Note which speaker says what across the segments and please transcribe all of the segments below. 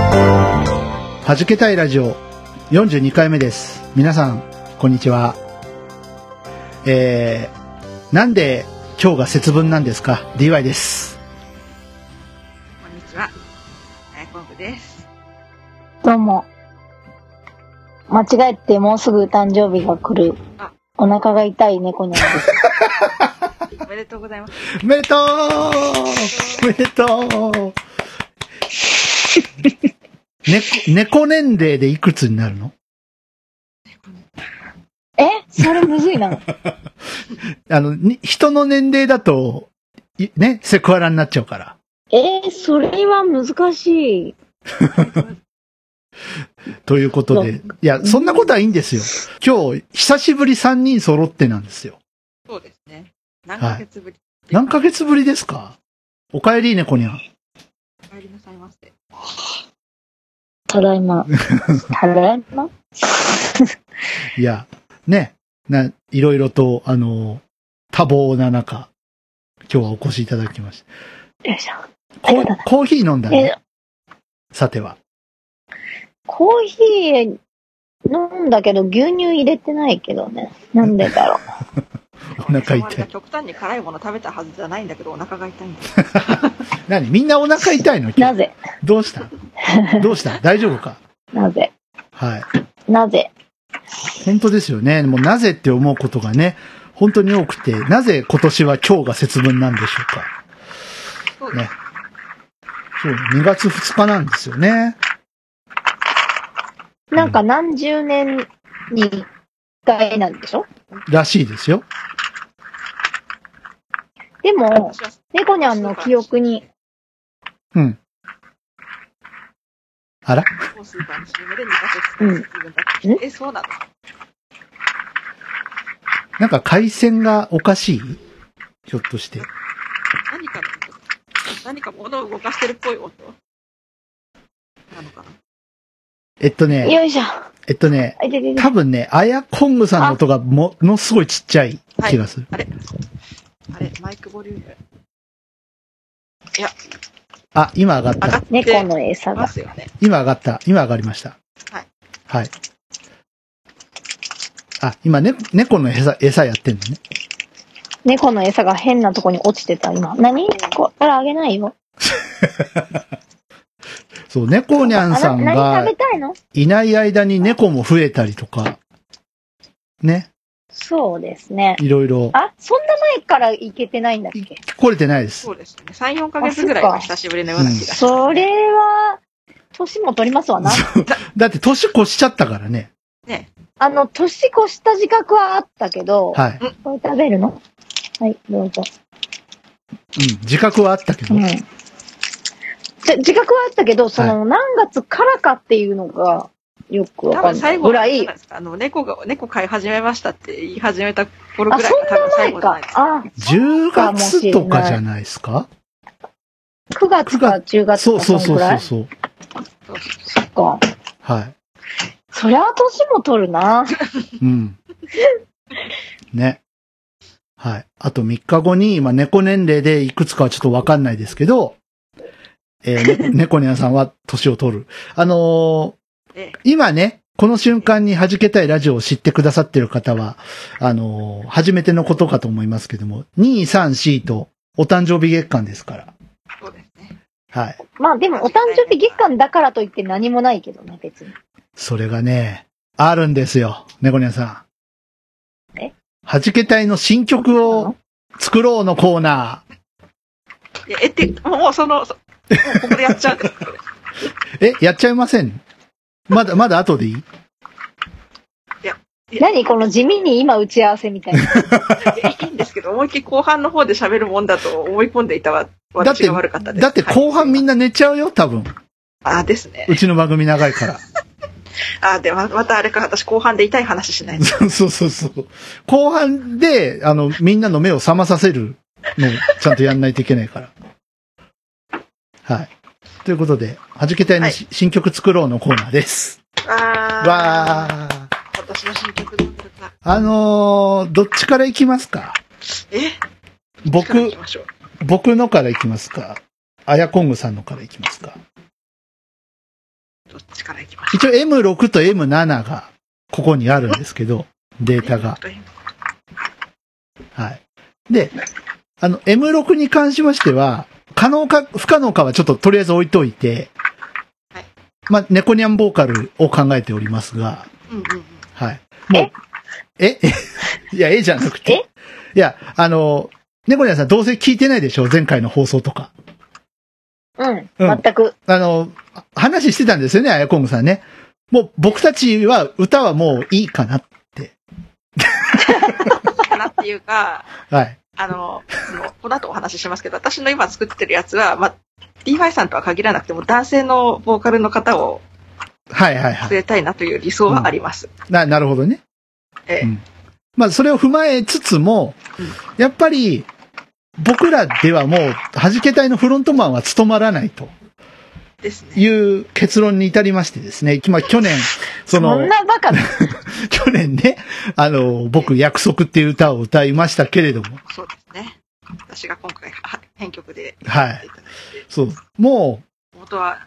Speaker 1: はじけたいラジオ42回目です。皆さん、こんにちは。えー、なんで今日が節分なんですか ?DY です。
Speaker 2: こんにちは。大根部です。
Speaker 3: どうも。間違えてもうすぐ誕生日が来る
Speaker 2: あ。
Speaker 3: お腹が痛い猫にゃんです。
Speaker 2: おめでとうございます。
Speaker 1: おめでとうおめでとう ね、猫年齢でいくつになるの
Speaker 3: えそれむずいな。
Speaker 1: あの、に人の年齢だと、いね、セクハラになっちゃうから。
Speaker 3: えーそれは難しい。
Speaker 1: ということで。いや、そんなことはいいんですよ。今日、久しぶり3人揃ってなんですよ。
Speaker 2: そうですね。何ヶ月ぶり。
Speaker 1: 何ヶ月ぶりですかおかえり猫にゃん。
Speaker 2: お帰りなさいませ。
Speaker 3: ただい ま。ただいま
Speaker 1: いや、ね、な、いろいろと、あの、多忙な中、今日はお越しいただきまし
Speaker 3: よいしょ。
Speaker 1: た。コ
Speaker 3: ありがとうございま
Speaker 1: ーコーヒー飲んだ
Speaker 3: え
Speaker 1: ね。さては。
Speaker 3: コーヒー飲んだけど牛乳入れてないけどね。なんでだろう。
Speaker 1: お腹
Speaker 2: お
Speaker 1: 痛
Speaker 2: 前が
Speaker 1: い。
Speaker 2: 極端に辛いもの食べたはずじゃないんだけど、お腹が痛いんです。
Speaker 1: 何みんなお腹痛いの 今
Speaker 3: な
Speaker 1: 日
Speaker 3: ぜ
Speaker 1: どうしたどうした 大丈夫か
Speaker 3: なぜ
Speaker 1: はい。
Speaker 3: なぜ
Speaker 1: 本当ですよね。もうなぜって思うことがね、本当に多くて、なぜ今年は今日が節分なんでしょうか。
Speaker 2: そうです。
Speaker 1: そう、2月2日なんですよね。
Speaker 3: なんか何十年に一回なんでしょ
Speaker 1: らしいですよ。
Speaker 3: でも、
Speaker 2: 私は
Speaker 3: 猫にゃんの記憶に、
Speaker 1: うん。あら
Speaker 2: 某スーパーの CM で2ヶ月節分だった、
Speaker 3: うん
Speaker 2: え、そうなの
Speaker 1: なんか回線がおかしいひょっとして。
Speaker 2: 何かの音何か物を動かしてるっぽい音なのかな
Speaker 1: えっとね、
Speaker 3: よいしょ。
Speaker 1: えっとね、
Speaker 3: あいててて
Speaker 1: 多分ね、アヤコングさんの音がものすごいちっちゃい気がする。
Speaker 2: あれあれマイクボリューム
Speaker 1: あ、今上がっ
Speaker 2: 上が
Speaker 1: た
Speaker 2: っ。
Speaker 3: 猫
Speaker 2: て
Speaker 3: の餌が
Speaker 2: ま。すよね。
Speaker 1: 今上がった。今上がりました。
Speaker 2: はい。
Speaker 1: はい。あ、今ね、猫の餌、餌やってんのね。
Speaker 3: 猫の餌が変なとこに落ちてた、今。何ここれあげないよ。
Speaker 1: そう、猫にゃんさん
Speaker 3: あな何
Speaker 1: が
Speaker 3: 食べたいの
Speaker 1: いない間に猫も増えたりとか、ね、
Speaker 3: そうですね。
Speaker 1: いろいろ
Speaker 3: あ、そんな前から行けてないんだっけ
Speaker 1: 聞こえてないです
Speaker 2: そ。うですね。3、4ヶ月ぐらいは久しぶりのような気がし
Speaker 3: それは、年も取りますわ な。
Speaker 1: だって年越しちゃったからね。
Speaker 3: あの、年越した自覚はあったけど、
Speaker 1: はい。
Speaker 3: これ食べるのはい、どうぞ。
Speaker 1: うん、自覚はあったけ
Speaker 3: う
Speaker 1: ど。
Speaker 3: ん。じ自覚はあったけど、その、何月からかっていうのが、よくわ
Speaker 2: 多
Speaker 3: か
Speaker 2: 分
Speaker 3: んない
Speaker 2: 最後
Speaker 3: ぐら
Speaker 2: じゃ
Speaker 3: い
Speaker 2: ない、ですかあの、猫が、猫飼い始めましたって言い始めた頃
Speaker 3: あ、
Speaker 2: ぐらい
Speaker 3: そん
Speaker 2: が多分
Speaker 3: な
Speaker 2: 最
Speaker 3: 前
Speaker 2: 後じゃな
Speaker 3: か
Speaker 2: いです。か。
Speaker 3: あ、
Speaker 1: 10月とかじゃないですか
Speaker 3: 9月か10月
Speaker 1: そう
Speaker 3: か
Speaker 1: そ
Speaker 3: そう
Speaker 1: そ
Speaker 3: の
Speaker 1: う
Speaker 3: ぐら
Speaker 1: そうそ
Speaker 3: い
Speaker 1: う。
Speaker 2: そうそう
Speaker 3: そっか。
Speaker 1: は
Speaker 3: そりゃ年も取るな。
Speaker 1: い。うん。ね。はい。あと3日後に、今猫年齢でいくつかはちょっとわかんないですけど、えーね 猫にゃんさんは年を取る。あのー
Speaker 2: ええ
Speaker 1: 今ね、この瞬間に弾けたいラジオを知ってくださってる方は、あのー初めてのことかと思いますけども、2、3、4とお誕生日月間ですから。
Speaker 2: そうですね。
Speaker 1: はい。
Speaker 3: まあでもお誕生日月間だからといって何もないけどね、別に。
Speaker 1: それがね、あるんですよ、猫ニャンさん。
Speaker 3: え
Speaker 1: はじけ隊の新曲を作ろうのコーナ
Speaker 2: いやえって、もうその、そもうここでやっちゃうんですかこれ
Speaker 1: ー。え、やっちゃいませんまだ、まだ後でいい
Speaker 3: 何この地味に今打ち合わせみたいな。
Speaker 2: いいんですけど、思いっきり後半の方で喋るもんだと思い込んでいたわ。
Speaker 1: だっ
Speaker 2: 私
Speaker 1: て
Speaker 2: が悪かったです。
Speaker 1: だって後半みん
Speaker 2: な。
Speaker 1: な寝ちゃうよ、多分。
Speaker 2: あ、ですね。
Speaker 1: うちの番組長いから。
Speaker 2: あ、で、ままたあれか、私後半で痛い話しない と。
Speaker 1: そうそうそうそう。後半で、あの、みんなの目を覚まさせるのをちゃんとやんないといけないから。はい。ということで、はじけたいのし、新曲作ろうのコーナーです。
Speaker 2: あー。
Speaker 1: わー。
Speaker 2: 私の新曲どうなるか。
Speaker 1: あのー、どっちから行きますか
Speaker 2: え力
Speaker 1: 僕
Speaker 2: 行き、ましょう
Speaker 1: 僕のから行きますかあやこんぐさんのから行きますか
Speaker 2: どっちから行きましょ
Speaker 1: 一応 M6 と M7 がここにあるんですけど、デ
Speaker 2: う。
Speaker 1: ータが。
Speaker 2: えっ
Speaker 1: はい。で、あの、M6 に関しましては、可能か、不可能かはちょっととりあえず置いといて
Speaker 2: はい、
Speaker 1: まあ、猫ニャンボーカルを考えておりますが、
Speaker 2: とうんうんうん。
Speaker 1: はい。もう、え いや、えじゃなくて。いや、あの、猫ニャンさんどうせ聞いてないでしょ前回の放送とか。
Speaker 3: うん。
Speaker 1: うん
Speaker 3: 全く。
Speaker 1: あの、話してたんですよね、あやこんぐさんね。もう僕たちは歌はもういいかな。
Speaker 2: かなっていうか、
Speaker 1: はい。
Speaker 2: あの、そのこの後お話ししますけど、私の今作ってるやつは、まあ、DY さんとは限らなくても、男性のボーカルの方を
Speaker 1: はいはいはい
Speaker 2: 据。えたいなという理想はあります。
Speaker 1: な、なるほどね。
Speaker 2: え
Speaker 1: う
Speaker 2: え
Speaker 1: んまあ、それを踏まえつつも、やっぱり、僕らではもう、弾け隊のフロントマンは務まらないと
Speaker 2: ですね。
Speaker 1: いう結論に至りましてですね、まあ、去 年、 そ
Speaker 3: そ
Speaker 1: の
Speaker 3: ん、な バカな。
Speaker 1: 去年ね、あの、僕、約束っていう歌を歌いましたけれども、
Speaker 2: そうですね。私が今回、は編曲で、
Speaker 1: はい。そう、も
Speaker 2: 元は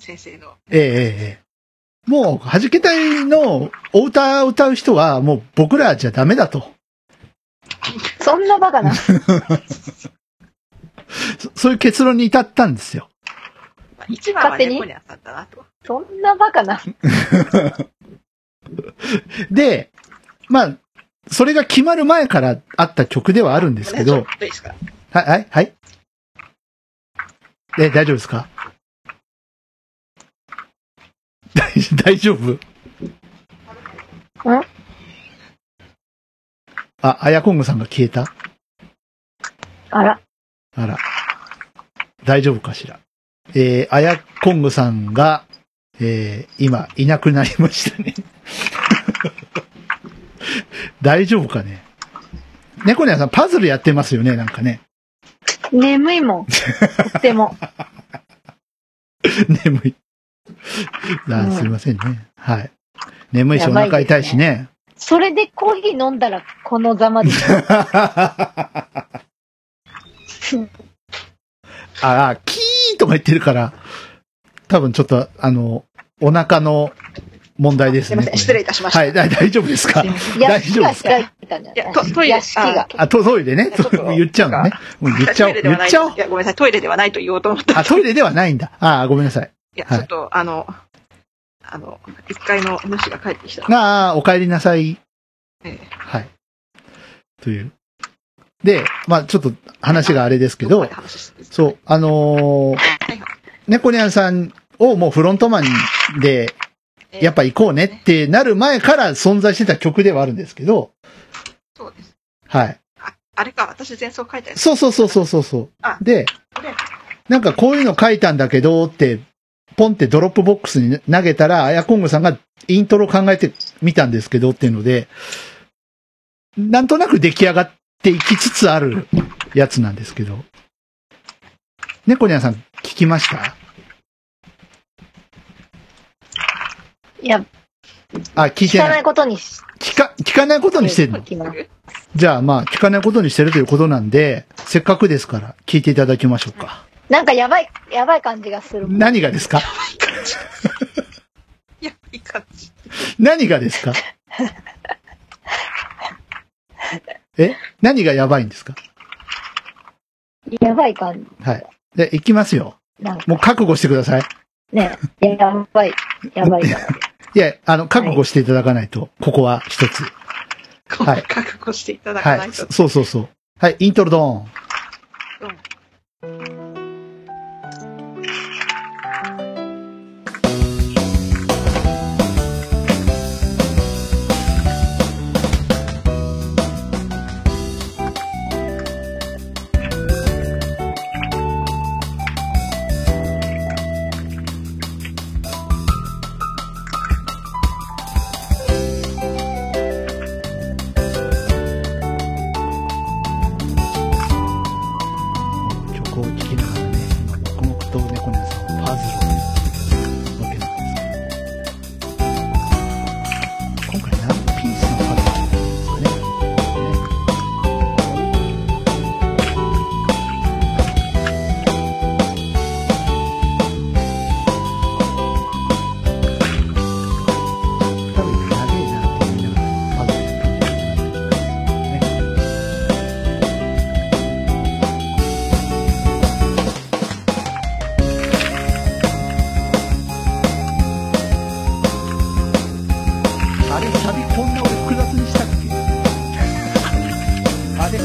Speaker 2: 先生の、
Speaker 1: う、ええええええもう、弾け隊のお歌を歌う人は、もう僕らじゃダメだと。
Speaker 3: そんなバカな。
Speaker 1: そそういう結論に至ったんですよ。
Speaker 2: まあ、一番は
Speaker 3: 勝手に
Speaker 2: 猫にゃんさんだなと。
Speaker 3: そんなバカな。
Speaker 1: で、まあ、それが決まる前からあった曲ではあるんですけ
Speaker 2: ちょ
Speaker 1: ど
Speaker 2: っ、といいですか
Speaker 1: はい、はい、はい。え、大丈夫ですか 大大丈夫あ、あやこんぐさんが消えた
Speaker 3: あら。
Speaker 1: あら。大丈夫かしら。えー、あやこんぐさんが、えー、今、いなくなりましたね。 大丈夫かね猫ニャンさん、パズルやってますよね、なんかね。
Speaker 3: 眠いもん。とっても。
Speaker 1: 眠い。あ
Speaker 3: うん
Speaker 1: すいませんね。はい。眠いし、
Speaker 3: や
Speaker 1: お
Speaker 3: ばい
Speaker 1: 腹痛いしね。
Speaker 3: それでコーヒー飲んだらこのざま で。
Speaker 1: あ あ、キーとか言ってるから、多分ちょっと、あの、お腹の問題です
Speaker 2: す
Speaker 1: ね。
Speaker 2: いませ
Speaker 1: こ
Speaker 2: ん。
Speaker 1: れ
Speaker 2: 失礼いたしました。
Speaker 1: はい、だ大丈夫ですか
Speaker 2: すいません
Speaker 3: 屋
Speaker 1: 大丈
Speaker 3: 敷
Speaker 1: 夫
Speaker 3: が
Speaker 1: ですか
Speaker 3: 開いたんじゃ
Speaker 2: い
Speaker 3: ない
Speaker 2: や、トトイレ、
Speaker 3: 屋敷が。
Speaker 1: あ、とトイレね。
Speaker 2: ちょっと
Speaker 1: 言っちゃうのね。うん言っちゃお
Speaker 2: ト
Speaker 1: う。
Speaker 2: イレで
Speaker 1: 言
Speaker 2: はな
Speaker 1: っ
Speaker 2: い。
Speaker 1: ちゃおう
Speaker 2: い。や、ごめんなさい。トイレではないと言おうと思った。
Speaker 1: あ、トイレではないんだ。ああ、ごめんなさい。
Speaker 2: いや、
Speaker 1: はい
Speaker 2: ちょっと、あの、あの、一階のお主が帰ってきた。
Speaker 1: ああ、お帰りなさい。
Speaker 2: え
Speaker 1: はい。という。で、まあちょっと話があれです
Speaker 2: え。
Speaker 1: けど、そうう、あのー
Speaker 2: はいはい
Speaker 1: 猫ニャンさんをもうフロントマンで、
Speaker 2: ええ
Speaker 1: やっぱ行こうねってなる前から存在してた曲ではあるんですけど、
Speaker 2: そうです。
Speaker 1: はい。
Speaker 2: ああれか、私前奏書いたやつ。
Speaker 1: そうそうそうそうそうそう
Speaker 2: あ。
Speaker 1: で
Speaker 2: れ、
Speaker 1: なんかこういうの書いたんだけどって、ポンってドロップボックスに投げたら、アヤコングさんがイントロ考えてみたんですけどっていうので、なんとなく出来上がっていきつつあるやつなんですけど。猫ニャンさん聞きました
Speaker 3: いや、
Speaker 1: あ、聞いて
Speaker 3: 聞か
Speaker 1: な。
Speaker 3: ないいことにし
Speaker 1: 聞か、聞かないことにしてるの
Speaker 3: 聞きます
Speaker 1: じゃあまあ、聞かないことにしてるということなんで、せっかくですから、聞いていただきましょうか。
Speaker 3: なんかやばい、やばい感じがする。
Speaker 1: 何がですか
Speaker 2: いや、いい感じ。
Speaker 1: 何がですかえ何がやばいんですか
Speaker 3: やばい感
Speaker 1: はい。で、行きますよ。
Speaker 3: じ。なんか
Speaker 1: もう覚悟してください。
Speaker 3: ね、やばい、やばいから。
Speaker 1: いや、あの、覚悟していただかないと、ここは一つ。はい
Speaker 2: 覚悟していただかな
Speaker 1: はいい。
Speaker 2: と。
Speaker 1: そそうそうそう。はい、イントロドーン。
Speaker 2: 「
Speaker 1: 曲を聴きながらね、今黙々と猫ニャンさんはパズルを解けなんですけど、今回何ピースのパズルなんですかね。ね多分長いなって言いながら、パズルね。あれ、サビこんな俺複雑にしたっけあれ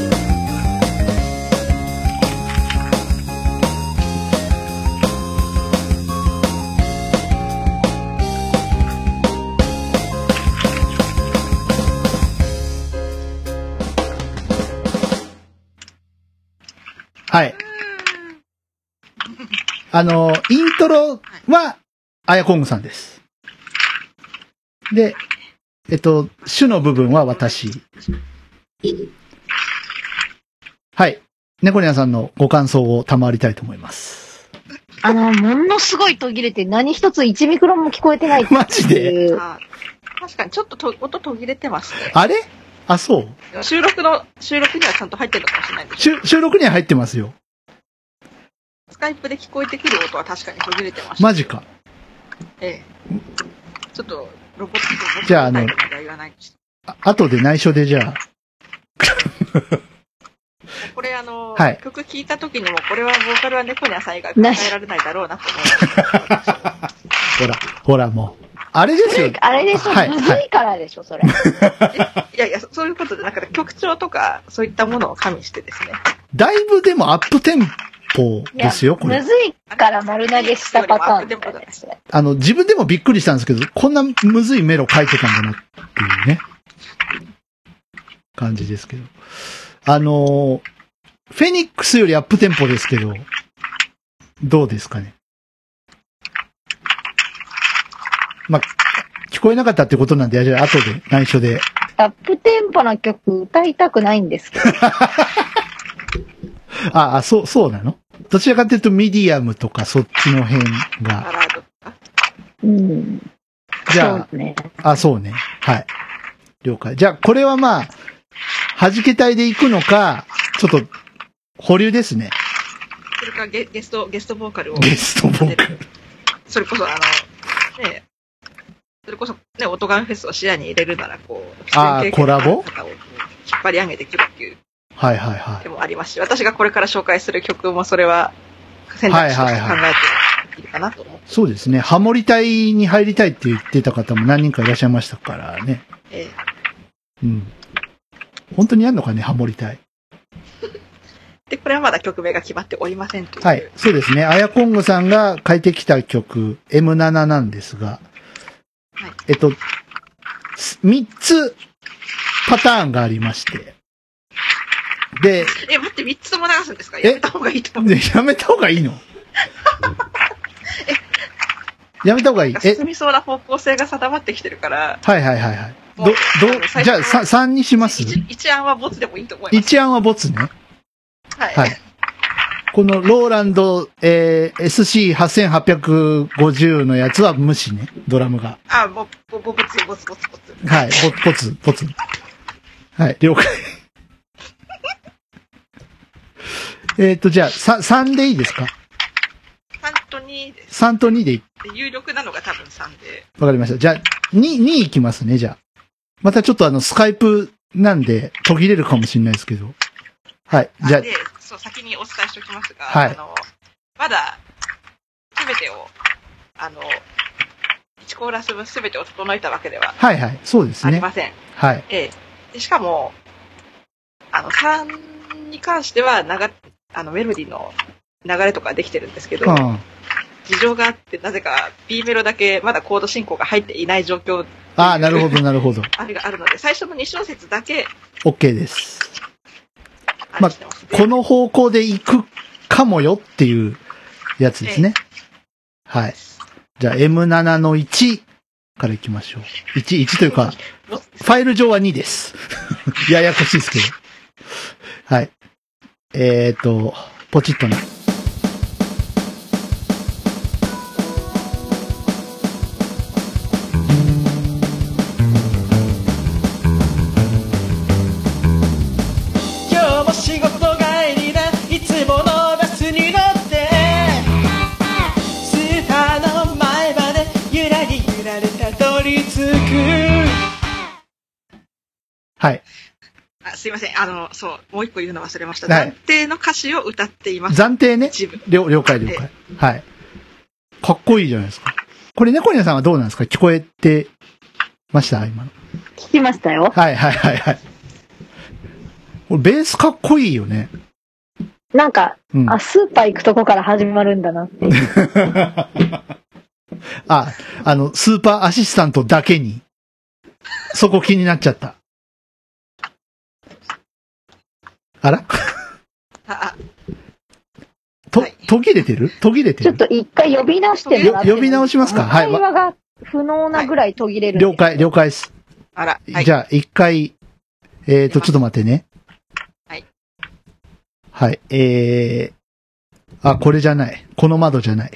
Speaker 1: はい。あの、イントロは、あやこんぐさんです。で、えっと、主の部分は私。はい。猫ニャンさんのご感想を賜りたいと思います。
Speaker 3: あの、ものすごい途切れて、何一つ1ミクロンも聞こえてないっ
Speaker 1: マジ
Speaker 3: て
Speaker 1: で
Speaker 3: いう。
Speaker 2: あ確かにちょっとと音途切れてますね。
Speaker 1: あれあ、そう
Speaker 2: 収録の、収録にはちゃんと入ってるのかもしれないです。
Speaker 1: 収収録には入ってますよ。
Speaker 2: スカイプで聞こえてくる音は確かに途切れてました。
Speaker 1: マジか。
Speaker 2: ええ。ちょっと、ロボット、ロボット
Speaker 1: じゃああの
Speaker 2: タイプまでは言わないとして
Speaker 1: あ後で内緒でじゃあ。
Speaker 2: これあの、
Speaker 1: はい
Speaker 2: 曲聴いた時にも、これはボーカルは猫に浅いが考えられないだろうなと思い
Speaker 1: ほら、ほらもう。あれですよ。
Speaker 3: あれでしょ、
Speaker 1: はい
Speaker 3: むずいからでしょ、それ。
Speaker 2: ます。いやいや、そういうことで、なんか曲調とか、そういったものを加味してですね。
Speaker 1: だいぶでもアップテンポ
Speaker 3: いや
Speaker 1: ですよ、これ
Speaker 3: む。ずいから丸投げしたパターンだよね。それ
Speaker 1: あの、自分でもびっくりしたんですけど、こんなむずいメロ書いてたんだなっていうね、感じですけど。あのー、フェニックスよりアップテンポですけど、どうですかね。まあ、聞こえなかったってことなんで、じゃあ後で内緒で。
Speaker 3: アップテンポな曲歌いたくないんですけど。
Speaker 1: ああ、そう、そうなのどちらかというとミディアムとかそっちの辺
Speaker 2: ア
Speaker 1: が。
Speaker 2: ラートとか。
Speaker 3: うん。
Speaker 1: じゃあ
Speaker 3: そ、うね。
Speaker 1: あ、そうね。はい。了解。じゃあ、これはまあ、弾け体で行くのか、ちょっと、保留ですね。
Speaker 2: それからゲゲスト、ゲストボーカルを。
Speaker 1: ゲストボーカル。
Speaker 2: それこそ、あの、ねえそれこそ、ね、オトガンフェスを視野に入れるなら、こう、
Speaker 1: あー
Speaker 2: 出演経験のある
Speaker 1: コラボ
Speaker 2: 方を引っ張り上げてくるっていう
Speaker 1: はいはいは
Speaker 2: 手もありますし、私がこれから紹介する曲もそれは選択肢として考えていいかなと思って
Speaker 1: い。そうですね。ハモリ隊に入りたいって言ってた方も何人かいらっしゃいましたからね。、
Speaker 2: ええ
Speaker 1: うん。本当にやるのかね、ハモリ隊。
Speaker 2: で、これはまだ曲名が決まっておりませんという。
Speaker 1: はい。そうですね。アヤコングさんが書いてきた曲、M7 なんですが、
Speaker 2: はい
Speaker 1: えっと、3つパターンがありまして。で、
Speaker 2: え、待って、3つとも流すんですか
Speaker 1: え
Speaker 2: やめた方がいいと思う。
Speaker 1: ねやめた方がいいの やめた方がいい。え、
Speaker 2: 進みそうな方向性が定まってきてるから、
Speaker 1: はいはいはいはい。ど、ど
Speaker 2: あの、最
Speaker 1: じ
Speaker 2: 初
Speaker 1: ゃあ3、
Speaker 2: の
Speaker 1: 三にします
Speaker 2: 一一案はボツでもいいと思います。
Speaker 1: 一案はボツね。
Speaker 2: はい。
Speaker 1: はい。このローランド、えー、SC8850 のやつは無視ね。ドラムが。
Speaker 2: あ、もう、ぼぼボツ、ボツ、ボツ、ボツ。
Speaker 1: はい。ぼボツ、ボツ。はい、了解。 えっと、じゃあ、さ3でいいですか
Speaker 2: 3と2です。
Speaker 1: ?3 と2でいい
Speaker 2: で有力なのが多分3で。
Speaker 1: わかりました。じゃあ、2、2いきますね、じゃあ。またちょっとあの、スカイプなんで途切れるかもしれないですけど。はい。じゃあ
Speaker 2: で、そう、先にお伝えしておきますが、
Speaker 1: はい
Speaker 2: あの、まだ、すべてを、あの、1コーラス分すべてを整えたわけでは
Speaker 1: はいはい。そうです
Speaker 2: あり
Speaker 1: ね。
Speaker 2: ません。
Speaker 1: はい。
Speaker 2: ええで。しかも、あの、3に関しては、なが、あの、メロディーの流れとかできてるんですけど
Speaker 1: う、ん。あ
Speaker 2: 事情があって、なぜか B メロだけまだコード進行が入っていない状況、
Speaker 1: あー、なるほど、なるほど。
Speaker 2: あれがあるので、最初の2小節だけ、
Speaker 1: OK です。
Speaker 2: あれしてますね
Speaker 1: この方向で行くかもよっていうやつですね。はい。じゃあ、M7 の1から行きましょう。1、1というか、
Speaker 2: ボツ
Speaker 1: ファイル上は2です。 ややこしいですけど。はい。えっ、ー、と、ポチッとね。
Speaker 2: すいません。あの、そう、もう一個言うの忘れました。
Speaker 1: はい
Speaker 2: 暫定の歌詞を歌っています。
Speaker 1: 暫定ね。
Speaker 2: 自分。
Speaker 1: 了了解了解。はい。かっこいいじゃないですか。これ、猫ニャさんはどうなんですか聞こえてました今の。
Speaker 3: 聞きましたよ。
Speaker 1: はいはいはいはい。これ、ベースかっこいいよね。
Speaker 3: なんか、
Speaker 1: うん。
Speaker 3: あ、スーパー行くとこから始まるんだなっていう。
Speaker 1: あ、あの、スーパーアシスタントだけに、そこ気になっちゃった。あら
Speaker 2: あ、あ
Speaker 1: と
Speaker 2: はい、
Speaker 1: 途切れてる途切れて
Speaker 3: ちょっ
Speaker 1: る
Speaker 3: と一回呼び直してもらってもいい
Speaker 1: よ呼び直しますかはい
Speaker 3: 会話が不能なぐらい途切れるんで。
Speaker 1: 了解、了解です。
Speaker 2: あら、はい
Speaker 1: じ。ゃあ、一回、えーと、ちょっと待ってね。
Speaker 2: はい。
Speaker 1: はい、えー、あ、これじゃない。この窓じゃない。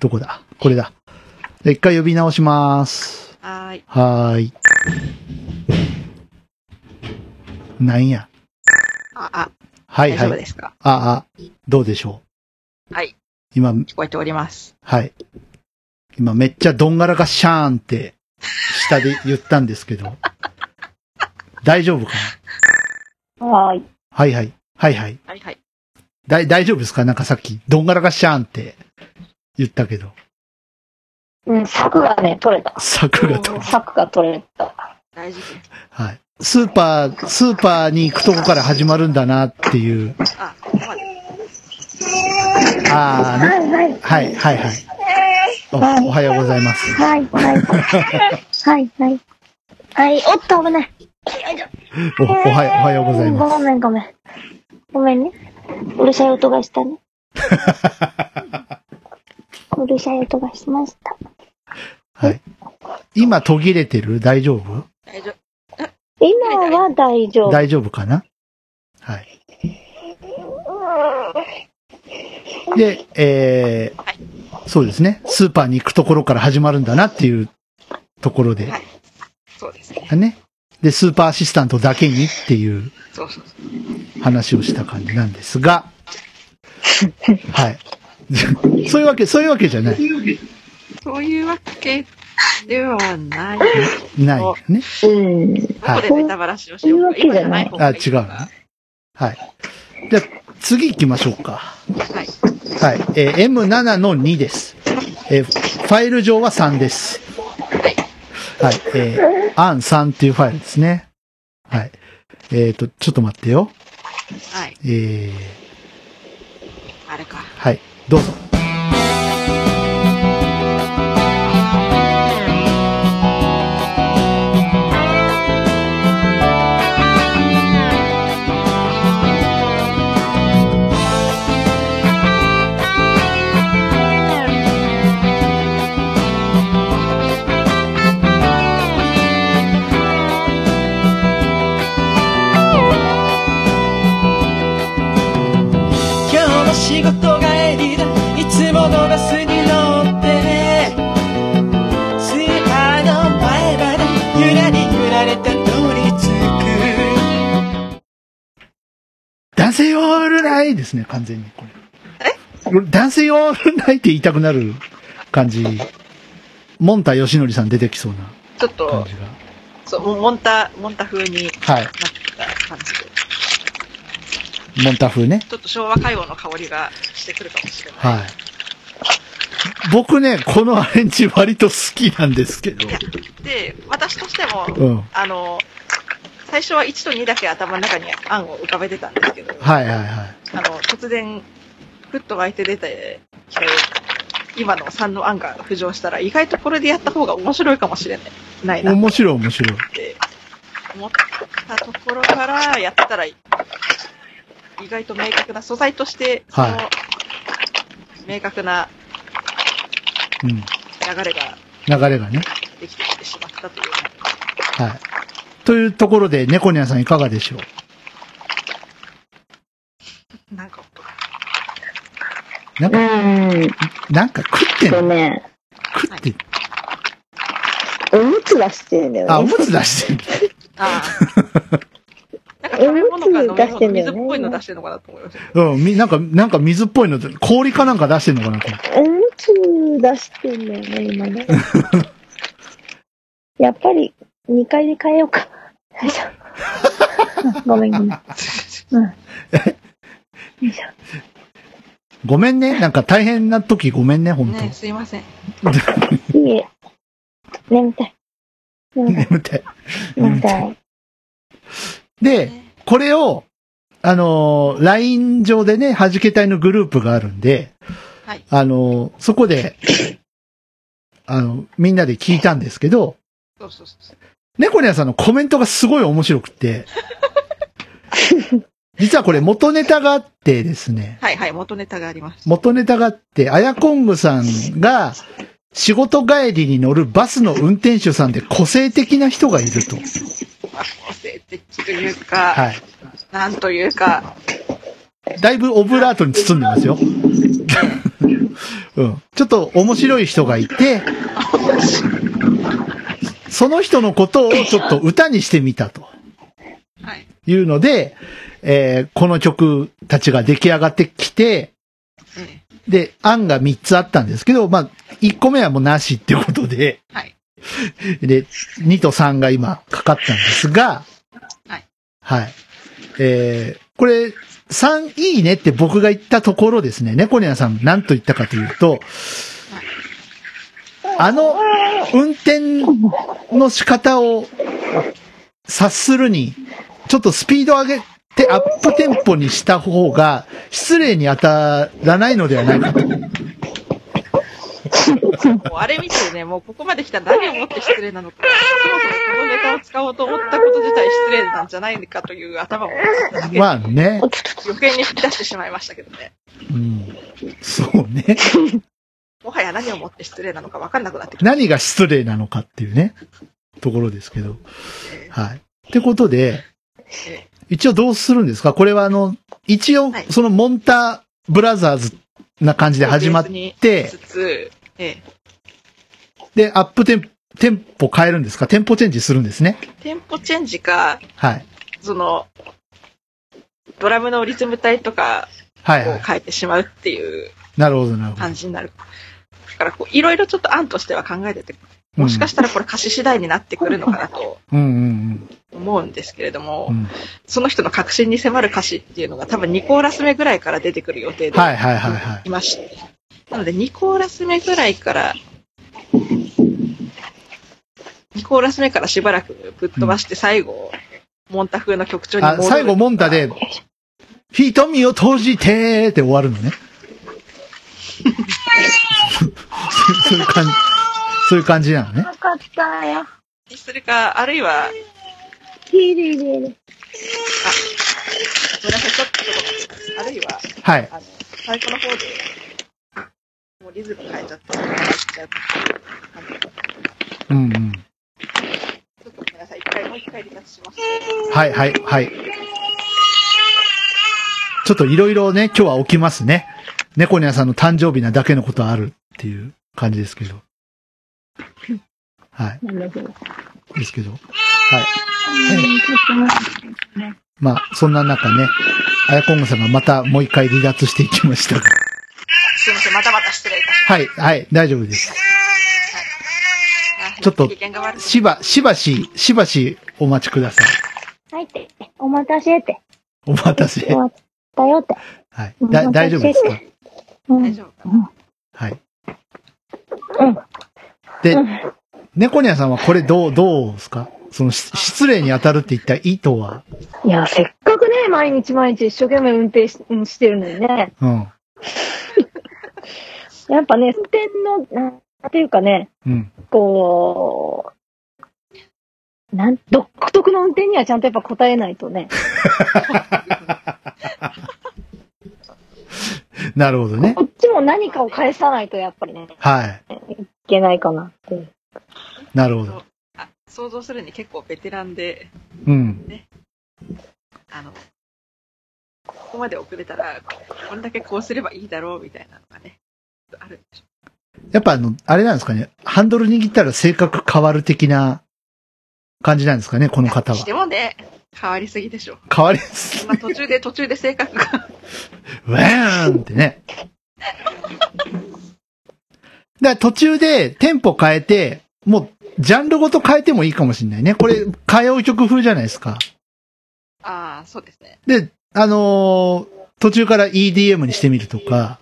Speaker 1: どこだこれだ。で一回呼び直します。
Speaker 2: はーい。
Speaker 1: はーい。なんや。
Speaker 2: あ、あ、
Speaker 1: はい
Speaker 2: 大
Speaker 1: は
Speaker 2: 丈夫
Speaker 1: い。
Speaker 2: ですか。
Speaker 1: あ、あ、どうでしょう。
Speaker 2: はい。
Speaker 1: 今、
Speaker 2: 聞こえております。
Speaker 1: はい。今めっちゃどんがらがシャーンって、下で言ったんですけ ど。大丈夫かな
Speaker 3: はい。
Speaker 1: はいはい。はいはい。
Speaker 2: はいはい。
Speaker 1: だい、大丈夫ですかなんかさっき、どんがらがシャーンって言ったけど、
Speaker 3: うん、柵がね、取れた。
Speaker 1: 柵がと。
Speaker 3: 柵が取れた。
Speaker 2: 大事
Speaker 1: はい。スーパー、スーパーに行くとこから始まるんだなっていう。
Speaker 2: です。あ、ここまで。
Speaker 1: ああ、ね。
Speaker 3: いはい。
Speaker 1: はい、はい、はい。
Speaker 3: はい
Speaker 1: おおはようございます。
Speaker 3: はい、はい。はい、はい。はい、おっと、危ない。
Speaker 1: お、おはよう、おはようございま
Speaker 3: ごめん、ごめん。ごめんね。うるさい音がした ね。うるさい音がしました。
Speaker 1: す。はい。今途切れてる大丈夫
Speaker 2: 大丈夫。
Speaker 3: 今は大丈夫。
Speaker 1: 大丈夫かなはい。で、えー、そうですね。スーパーに行くところから始まるんだなっていうところで
Speaker 2: は、い。そうですね。
Speaker 1: ね。で、スーパーアシスタントだけにっていう
Speaker 2: そうそうそう。
Speaker 1: 話をした感じなんですが、はい。 そういうわけ、そういうわけじゃない。
Speaker 2: そういうわけではない。
Speaker 1: ないよね。
Speaker 3: うん。
Speaker 2: どこでネタバラシをしようか。
Speaker 3: そういうわけじゃない
Speaker 2: 今
Speaker 1: あ、
Speaker 2: じ
Speaker 1: 違
Speaker 2: ゃ
Speaker 1: うな。はい。じゃあ、次行きましょうか。
Speaker 2: 方がいい。
Speaker 1: はい。えー M7 の2です。えーファイル上は3です。はい。えー、アン3っていうファイルですね。はい。えっ、と、ちょっと待ってよ。
Speaker 2: はい。はい。
Speaker 1: えー、
Speaker 2: あれか。
Speaker 1: はい。どうぞ。
Speaker 4: 今日も仕事帰りだいつものバスに乗ってスーパーの前までゆらり揺られた乗りつく
Speaker 1: 男性オールナイですね、完全に。これ。これ男性オールナイって言いたくなる感じ。モンタヨシノリさん出てきそうな
Speaker 2: ちょっ
Speaker 1: 感
Speaker 2: と
Speaker 1: じ、が。
Speaker 2: そう、もうモンタ、モンタ風になっ
Speaker 1: はい。
Speaker 2: た感じで。
Speaker 1: モンタ風ね。
Speaker 2: ちょっと昭和歌謡の香りがしてくるかもしれない。
Speaker 1: はい。僕ね、このアレンジ割と好きなんですけど。
Speaker 2: で、私としても、
Speaker 1: うん。
Speaker 2: あの、最初は1と2だけ頭の中に案を浮かべてたんですけど、
Speaker 1: はいはいはい。
Speaker 2: あの、突然、ふっと湧いて出てきて、今の3の案が浮上したら、意外とこれでやった方が面白いかもしれないないなっ
Speaker 1: 面白い面白い。
Speaker 2: て思ったところからやったら、意外と明確な、素材として、その、
Speaker 1: は
Speaker 2: 明確な
Speaker 1: うん。
Speaker 2: 流れが
Speaker 1: 流れがね。
Speaker 2: できてきてしまったという。
Speaker 1: はい。というところで、猫ニャンさんいかがでしょう
Speaker 2: なんか、
Speaker 3: うん。
Speaker 1: なんか食ってん
Speaker 3: と
Speaker 1: の
Speaker 3: ね、
Speaker 1: 食ってんの
Speaker 3: おむつ出してんだ
Speaker 1: あ、お
Speaker 3: よね。
Speaker 1: むつ出してんの
Speaker 2: ああ。なんか食べ物か飲 み物、水っぽいの出してるのかなと思いました。
Speaker 1: うん、み、なんか、なんか水っぽいの、氷かなんか出してんのかなと思って。
Speaker 3: おむつ出してんだよね、今 ね。やっぱり、2階に変えようか。大丈夫。ごめんごめん。うん。よいしょ。
Speaker 1: ごめんね。なんか大変な時ごめんね、本
Speaker 2: ねすいません。
Speaker 3: いいえ。眠たい。
Speaker 1: 当
Speaker 3: 眠た
Speaker 1: 眠たい。
Speaker 3: い。眠たい。
Speaker 1: で、これを、あのー LINE 上でね、弾け隊のグループがあるんで、
Speaker 2: はい
Speaker 1: あのーそこで、あの、みんなで聞いたんですけど、
Speaker 2: そうそうそう。
Speaker 1: 猫ニャンさんのコメントがすごい面白くて、実はこれ元ネタがあってですね、
Speaker 2: はいはい、元ネタがあります。
Speaker 1: 元ネタがあって、アヤコングさんが仕事帰りに乗るバスの運転手さんで個性的な人がいると。
Speaker 2: 個性的というか、
Speaker 1: は
Speaker 2: なんというか、
Speaker 1: い。だいぶオブラートに包んでますよ。 うん。ちょっと面白い人がいて、その人のことをちょっと歌にしてみたと。
Speaker 2: はい。
Speaker 1: いうので、えーこの曲たちが出来上がってきて、
Speaker 2: え
Speaker 1: で、案が3つあったんですけど、まあ、1個目はもうなしってことで、
Speaker 2: えはい。
Speaker 1: で、2と3が今かかったんですが、
Speaker 2: はい。
Speaker 1: はい。えーこれ、3いいねって僕が言ったところですね、猫ニャンさん何と言ったかというと、あの、運転の仕方を察するに、ちょっとスピード上げてアップテンポにした方が失礼に当たらないのではないかと。
Speaker 2: もうあれ見てね、もうここまで来たら何をもって失礼なのか、そもそもこのネタを使おうと思ったこと自体失礼なんじゃないかという頭を
Speaker 1: まあね。
Speaker 2: 余計に引き出してしまいましたけどね。
Speaker 1: うん。そうね。
Speaker 2: もはや何をもって失礼なのか分かんなくなってきた。
Speaker 1: 何が失礼なのかっていうね、ところですけど。はい。ってことで、
Speaker 2: え
Speaker 1: 一応どうするんですかこれはあの、一応
Speaker 2: はい、
Speaker 1: そのモンターブラザーズな感じで始まっ
Speaker 2: ベースに
Speaker 1: て
Speaker 2: つ、つ、ええ、
Speaker 1: で、アップテンポ、テンポ変えるんですかテンポチェンジするんですね。
Speaker 2: テンポチェンジか、
Speaker 1: はい。
Speaker 2: その、ドラムのリズム帯とか
Speaker 1: はいは
Speaker 2: を
Speaker 1: い。
Speaker 2: 変えてしまうっていう
Speaker 1: なるほど、なるほど。
Speaker 2: 感じになる。だからこう、いろいろちょっと案としては考えてて、もしかしたらこれ歌詞次第になってくるのかなと
Speaker 1: うんうん
Speaker 2: 思うんですけれども、
Speaker 1: うんうん。
Speaker 2: その人の確信に迫る歌詞っていうのが多分2コーラス目ぐらいから出てくる予定で
Speaker 1: はいはいはいはい
Speaker 2: まして。なので2コーラス目ぐらいから、2コーラス目からしばらくぶっ飛ばして最後、モンタ風の曲調に戻
Speaker 1: あ、
Speaker 2: る。
Speaker 1: 最後モンタで、瞳を閉じてーって終わるのね。 そそういう感じ、そういう感じなのね。
Speaker 3: わかったよ。
Speaker 2: にするか、あるいは、
Speaker 3: ヒリリリ。
Speaker 2: ごめんなさい、ちょっとちょっと待って、あるいは、
Speaker 1: はい。
Speaker 2: あの、最後の方で、もうリズム変えちゃって、変わっちゃうあのちょ
Speaker 1: うんうん。
Speaker 2: っとごめんなさい、一回、もう一回離脱します。
Speaker 1: はいはいはい。ちょっといろいろね、今日は起きますね。猫ニャンさんの誕生日なだけのことはあるっていう感じですけど。はい。
Speaker 3: なんだけど。
Speaker 1: ですけど。はい。 まあ、そんな中ね、あやこんぐさんがまたもう一回離脱していきました が。
Speaker 2: すいません、またまた失礼いたし
Speaker 1: はい、はい、大丈夫です。
Speaker 2: ます。
Speaker 1: ちょっと
Speaker 2: 機嫌が悪く
Speaker 1: しば、しばし、しばしお待ちください。
Speaker 3: はいって。お待たせって。
Speaker 1: お待た
Speaker 3: 終
Speaker 1: せ。
Speaker 3: わったよって。
Speaker 1: はい。
Speaker 3: お待
Speaker 1: だ、
Speaker 3: たせ
Speaker 1: 大丈夫ですか
Speaker 3: う
Speaker 2: 大
Speaker 3: ん。
Speaker 2: 丈夫か
Speaker 1: はい。で、猫ニャンさんはこれどう、どうですかその、し失礼に当たるって言った意図は、
Speaker 3: いや、せっかくね、毎日毎日一生懸命運転ししてるのにね。
Speaker 1: うん、
Speaker 3: やっぱね、運転の、なんていうかね、
Speaker 1: うん、
Speaker 3: こう、なん、独特の運転にはちゃんとやっぱ答えないと ね。
Speaker 1: なるほどね。
Speaker 3: こっちも何かを返さないとやっぱりね、
Speaker 1: はい。
Speaker 3: いけないかなっていう。
Speaker 1: なるほど。
Speaker 2: あ想像するに結構ベテランで、
Speaker 1: うん、
Speaker 2: あの、ここまで遅れたら、こんだけこうすればいいだろうみたいなのがね、あるんでしょ
Speaker 1: やっぱあの、あれなんですかね。ハンドル握ったら性格変わる的な感じなんですかね、この方は
Speaker 2: し。てもね、変わりすぎでしょ。
Speaker 1: 変わりです。
Speaker 2: そんな途中で途中で性格が。
Speaker 1: ウェーンってね。だから途中でテンポ変えて、もう、ジャンルごと変えてもいいかもしれないね。これ、歌謡曲風じゃないですか。
Speaker 2: ああ、そうですね。
Speaker 1: で、あのー途中から EDM にしてみるとか、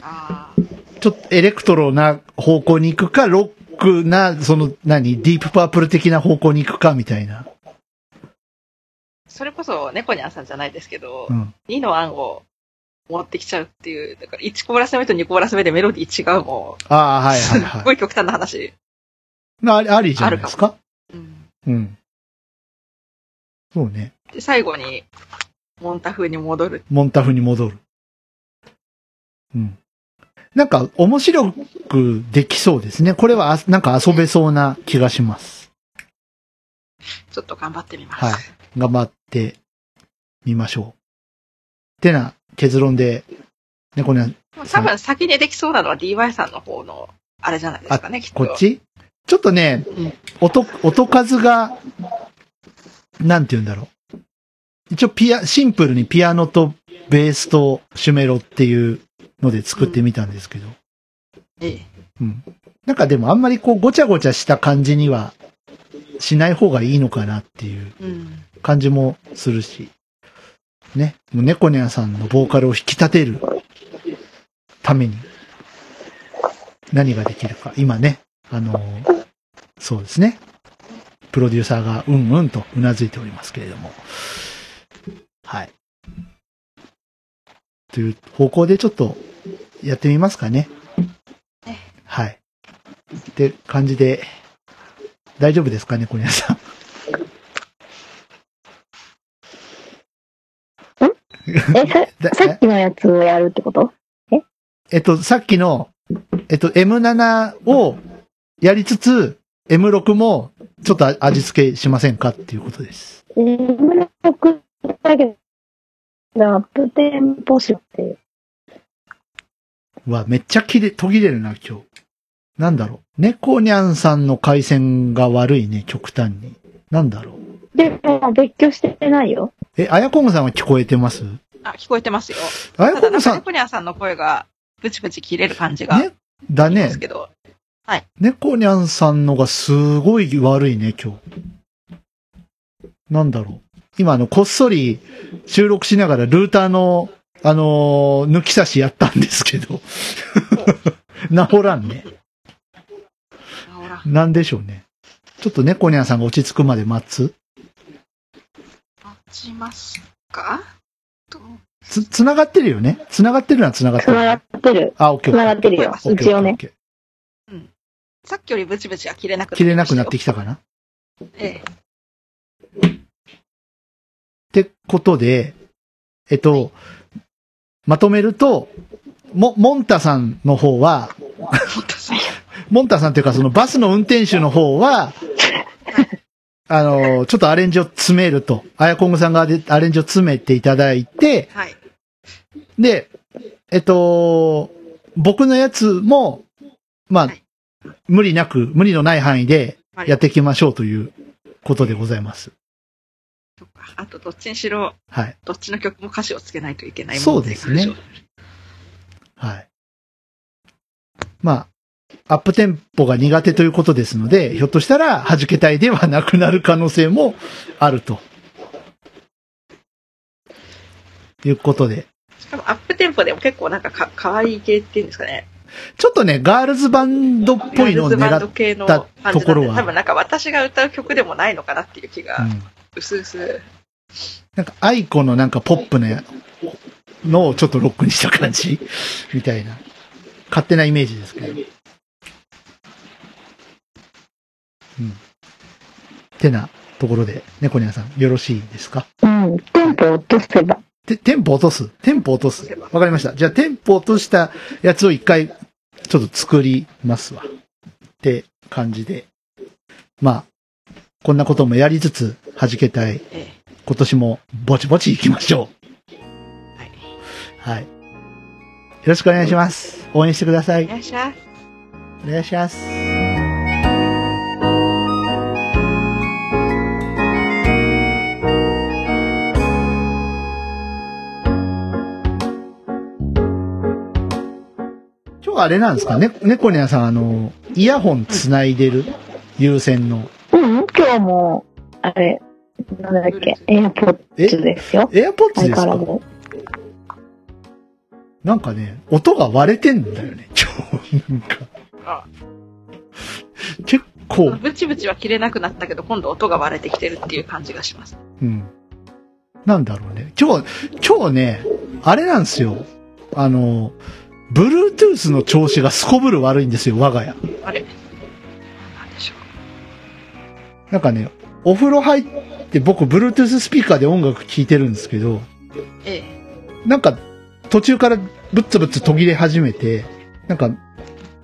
Speaker 2: あ
Speaker 1: ちょっとエレクトロな方向に行くか、ロックな、その、何、ディープパープル的な方向に行くか、みたいな。
Speaker 2: あ、それこそ、猫にゃんさんじゃないですけど
Speaker 1: う、ん。
Speaker 2: 2の案を持ってきちゃうっていう、だから1コーラス目と2コーラス目でメロディー違うも
Speaker 1: ああ、はいはい
Speaker 2: ん、すっ
Speaker 1: は
Speaker 2: ごい極端な話。
Speaker 1: い。ありありじゃないですか
Speaker 2: うん
Speaker 1: うん。そうね。
Speaker 2: で最後に、モンタ風に戻る。
Speaker 1: モンタフに戻る。うん。なんか、面白くできそうですね。これはあ、なんか遊べそうな気がします。
Speaker 2: ちょっと頑張ってみます。
Speaker 1: はい。頑張ってみましょう。てな結論で、ね、これ、
Speaker 2: まあ多分先にできそうなのは DY さんの方の、あれじゃないですかね、きっと。
Speaker 1: こっちちょっとね
Speaker 2: うん、
Speaker 1: 音、音数が、なんて言うんだろう。一応ピア、シンプルにピアノとベースとシュメロっていうので作ってみたんですけど。
Speaker 2: ええ
Speaker 1: なんかでもあんまりこうごちゃごちゃした感じにはしない方がいいのかなっていう
Speaker 2: うん。
Speaker 1: 感じもするし。ね。もう猫ニャンさんのボーカルを引き立てるために何ができるか。今ね、あのーそうですね。プロデューサーがうんうんとうなずいておりますけれども。はい。という方向でちょっとやってみますかね。はい。って感じで、大丈夫ですかね、小宮さん。
Speaker 3: え、さ
Speaker 1: だ
Speaker 3: さっきのやつをやるってこと
Speaker 1: えっと、さっきの、えっと、M7 をやりつつ、M6 もちょっと味付けしませんかっていうことです。
Speaker 3: えー、村くだけど、アップテンポしようっていう。
Speaker 1: うわ、めっちゃ切れ、途切れるな、今日。なんだろう。猫ニャンさんの回線が悪いね、極端に。なんだろう。
Speaker 3: でも、別居してないよ。
Speaker 1: え、あやこむさんは聞こえてます
Speaker 2: あ、聞こえてますよ。
Speaker 1: あやこ
Speaker 2: ただ、な
Speaker 1: む
Speaker 2: んか
Speaker 1: さん
Speaker 2: 猫にゃんさんの声が、ブチブチ切れる感じが、
Speaker 1: ねだ
Speaker 2: で
Speaker 1: ね
Speaker 2: す。けど、
Speaker 1: 猫ニャンさんのがすごい悪いね、今日。なんだろう。今、あの、こっそり収録しながらルーターの、あのー抜き差しやったんですけど。 治らんね。
Speaker 2: あほら、
Speaker 1: なんでしょうね。ちょっと猫ニャンさんが落ち着くまで待つ。
Speaker 2: 待ちますかと
Speaker 1: つ、繋がってるよね。繋がってるのは繋がって
Speaker 3: 繋
Speaker 1: る。
Speaker 3: がってる。
Speaker 1: あ、オッケーオ
Speaker 3: 繋
Speaker 1: ッ
Speaker 3: がってるよ。
Speaker 1: ケー。
Speaker 3: 一応ね。
Speaker 1: オッケー。オッケーオッケ
Speaker 2: さっきよりブチブチが切れなく
Speaker 1: ー切れなくなって
Speaker 2: き
Speaker 1: きたかな。
Speaker 2: て。
Speaker 1: ってことで、えっと、まとめると、も、モンタさんの方は、
Speaker 2: もっとさ
Speaker 1: モンタさんというか、そのバスの運転手の方 は、あの、ちょっとアレンジを詰めると。アヤコングさんがでアレンジを詰めていただいて、
Speaker 2: はい。
Speaker 1: で、えっと、僕のやつも、まあ
Speaker 2: はい、
Speaker 1: 無理なく、無理のない範囲で
Speaker 2: はい
Speaker 1: やっていきましょうということでございます。
Speaker 2: そっかあと、どっちにしろ、
Speaker 1: はい。
Speaker 2: どっちの曲も歌詞をつけないといけない
Speaker 1: そうですね
Speaker 2: 問題がある
Speaker 1: はい。まあ、アップテンポが苦手ということですので、ひょっとしたら、弾けたいではなくなる可能性もあると。いうことで。
Speaker 2: でしょしかも、アップテンポでも結構なんかか、可愛い系っていうんですかね。
Speaker 1: ちょっとね、ガールズバンドっぽいのを
Speaker 2: ガールズバン
Speaker 1: 狙
Speaker 2: ド
Speaker 1: っ
Speaker 2: 系の
Speaker 1: た
Speaker 2: 感じ
Speaker 1: とこ
Speaker 2: なん
Speaker 1: ろ
Speaker 2: で、
Speaker 1: は
Speaker 2: 多分なんか私が歌う曲でもないのかなっていう気
Speaker 1: う
Speaker 2: が、
Speaker 1: ん。
Speaker 2: うすうす。
Speaker 1: なんか、アイコのなんかポップなのをちょっとロックにした感 じみたいな。勝手なイメージですけど。うん。てなところで、猫ニャンさん、よろしいですか
Speaker 3: うん。テンポ落とせば。
Speaker 1: て、テンポ落とす。テンポ落とす。わかりました。じゃあ、テンポ落としたやつを一回、ちょっと作りますわ。って感じで。まあ、こんなこともやりつつ、弾けたい。
Speaker 2: え
Speaker 1: 今年も、ぼちぼち行きましょ
Speaker 2: えはい。
Speaker 1: う。はい。よろしくお願いします。応援してください
Speaker 2: い。らっしゃい。
Speaker 1: お願いします。今日あれなんですかね、猫ニャンさん、あの、イヤホンつないでる、有線の。
Speaker 3: うん。今日も、あれ、なんだっけ、エアポッツですよ。
Speaker 1: エアポッツで
Speaker 3: 相
Speaker 1: す
Speaker 3: 変わ
Speaker 1: から
Speaker 3: ず。
Speaker 1: なんかね、音が割れてんだよね、今日。なんか
Speaker 2: あ
Speaker 1: 結構、
Speaker 2: ブチブチは切れなくなったけど、今度音が割れてきてるっていう感じがします。
Speaker 1: うん。なんだろうね。今日、今日ね、あれなんですよ。あの、Bluetooth の調子がすこぶる悪いんですよ、我が家。
Speaker 2: あれなんでしょ
Speaker 1: なんかね、お風呂入って僕、Bluetooth スピーカーで音楽聴いてるんですけど、
Speaker 2: う。ええ。
Speaker 1: なんか、途中からぶっつぶっつ途切れ始めて、なんか、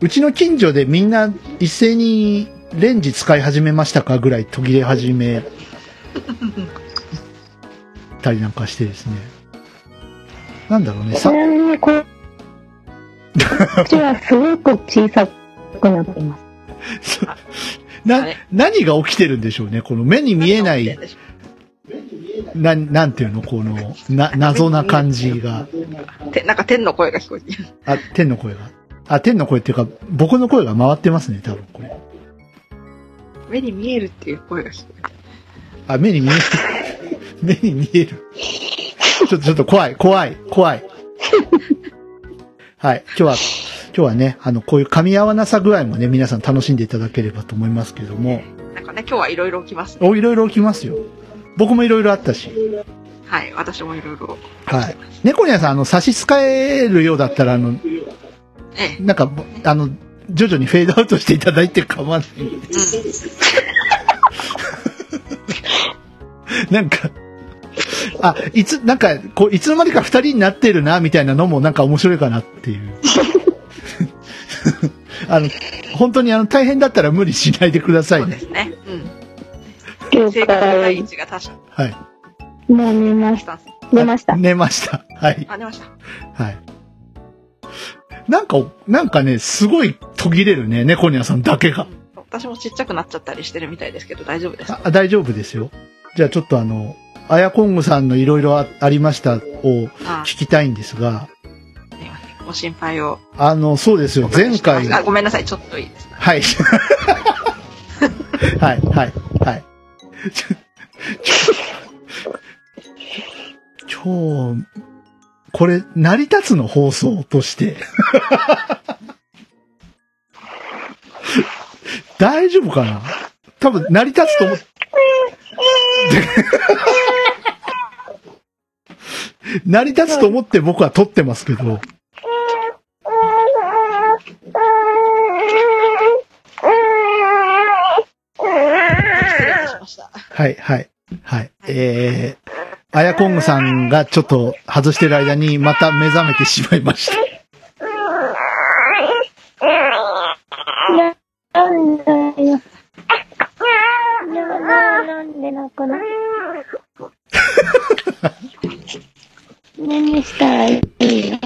Speaker 1: うちの近所でみんな一斉にレンジ使い始めましたかぐらい途切れ始めたりなんかしてですね。なんだろうね、
Speaker 3: ち
Speaker 1: さ
Speaker 3: なみに、これこっちはすごく小さくなっています。
Speaker 2: あ
Speaker 1: な
Speaker 2: れ、
Speaker 1: 何が起きてるんでしょうね。この目に見えな
Speaker 2: 何
Speaker 1: い
Speaker 2: が、起きて
Speaker 1: な、なんていうの、この、な、謎な感じが。
Speaker 2: んでしょうてなんか天の声が聞こえて
Speaker 1: あ、天の声が。あ、天の声っていうか、僕の声が回ってますね、多分これ。
Speaker 2: 目に見えるっていう声が聞こえて
Speaker 1: あ、目に見える。 目に見える。ちょっと、ちょっと怖い、怖い、怖い。はい。今日は、今日はね、あの、こういう噛み合わなさ具合もね、皆さん楽しんでいただければと思いますけども、
Speaker 2: なんかね、今日はいろいろ起きますね。
Speaker 1: お、いろいろ起きますよ。僕もいろいろあったし。
Speaker 2: はい、私もいろいろ。
Speaker 1: はい。猫ニャさん、あの、差し支えるようだったら、あの、
Speaker 2: ええ。
Speaker 1: なんか、あの、徐々にフェードアウトしていただいて構わない。
Speaker 2: うん。
Speaker 1: なんか、あ、いつ、なんか、こう、いつの間にか二人になってるな、みたいなのもなんか面白いかなっていう。 あの、本当にあの、大変だったら無理しないでくださ
Speaker 2: そう
Speaker 1: い
Speaker 2: で
Speaker 1: ね。
Speaker 2: すね。うん。
Speaker 3: 今日
Speaker 2: 性
Speaker 3: か
Speaker 2: 格
Speaker 3: ら
Speaker 2: の第
Speaker 3: も
Speaker 2: 一が確か
Speaker 1: はい。
Speaker 3: う寝まし
Speaker 2: スタンス。
Speaker 3: 出ました
Speaker 1: あ。寝ました。はい。
Speaker 2: あ、出ました。
Speaker 1: はい。なんか、なんかね、すごい途切れるね、猫ニャさんだけが
Speaker 2: う。ん私もちっちゃくなっちゃったりしてるみたいですけど、大丈夫ですか
Speaker 1: あ大丈夫ですよ。じゃあちょっとあの、あやこんぐさんのいろいろあありましたを
Speaker 2: あ
Speaker 1: 聞きたいんですが、
Speaker 2: ご心配を。
Speaker 1: あの、そうですよ、前回。
Speaker 2: あ、ごめんなさい、ちょっといいですか。
Speaker 1: はい。はい、はい、はい。ちょちょ今日、これ、成り立つの放送として。大丈夫かな多分、成り立つと思っ成り立つと思って僕は撮ってますけど。
Speaker 2: 失礼いたしました。
Speaker 1: はい、はい、はい。えー、あやこんぐさんがちょっと外してる間にまた目覚めてしまいま した。
Speaker 3: な、なんだよ。な、な、なんで泣くの何したらいいの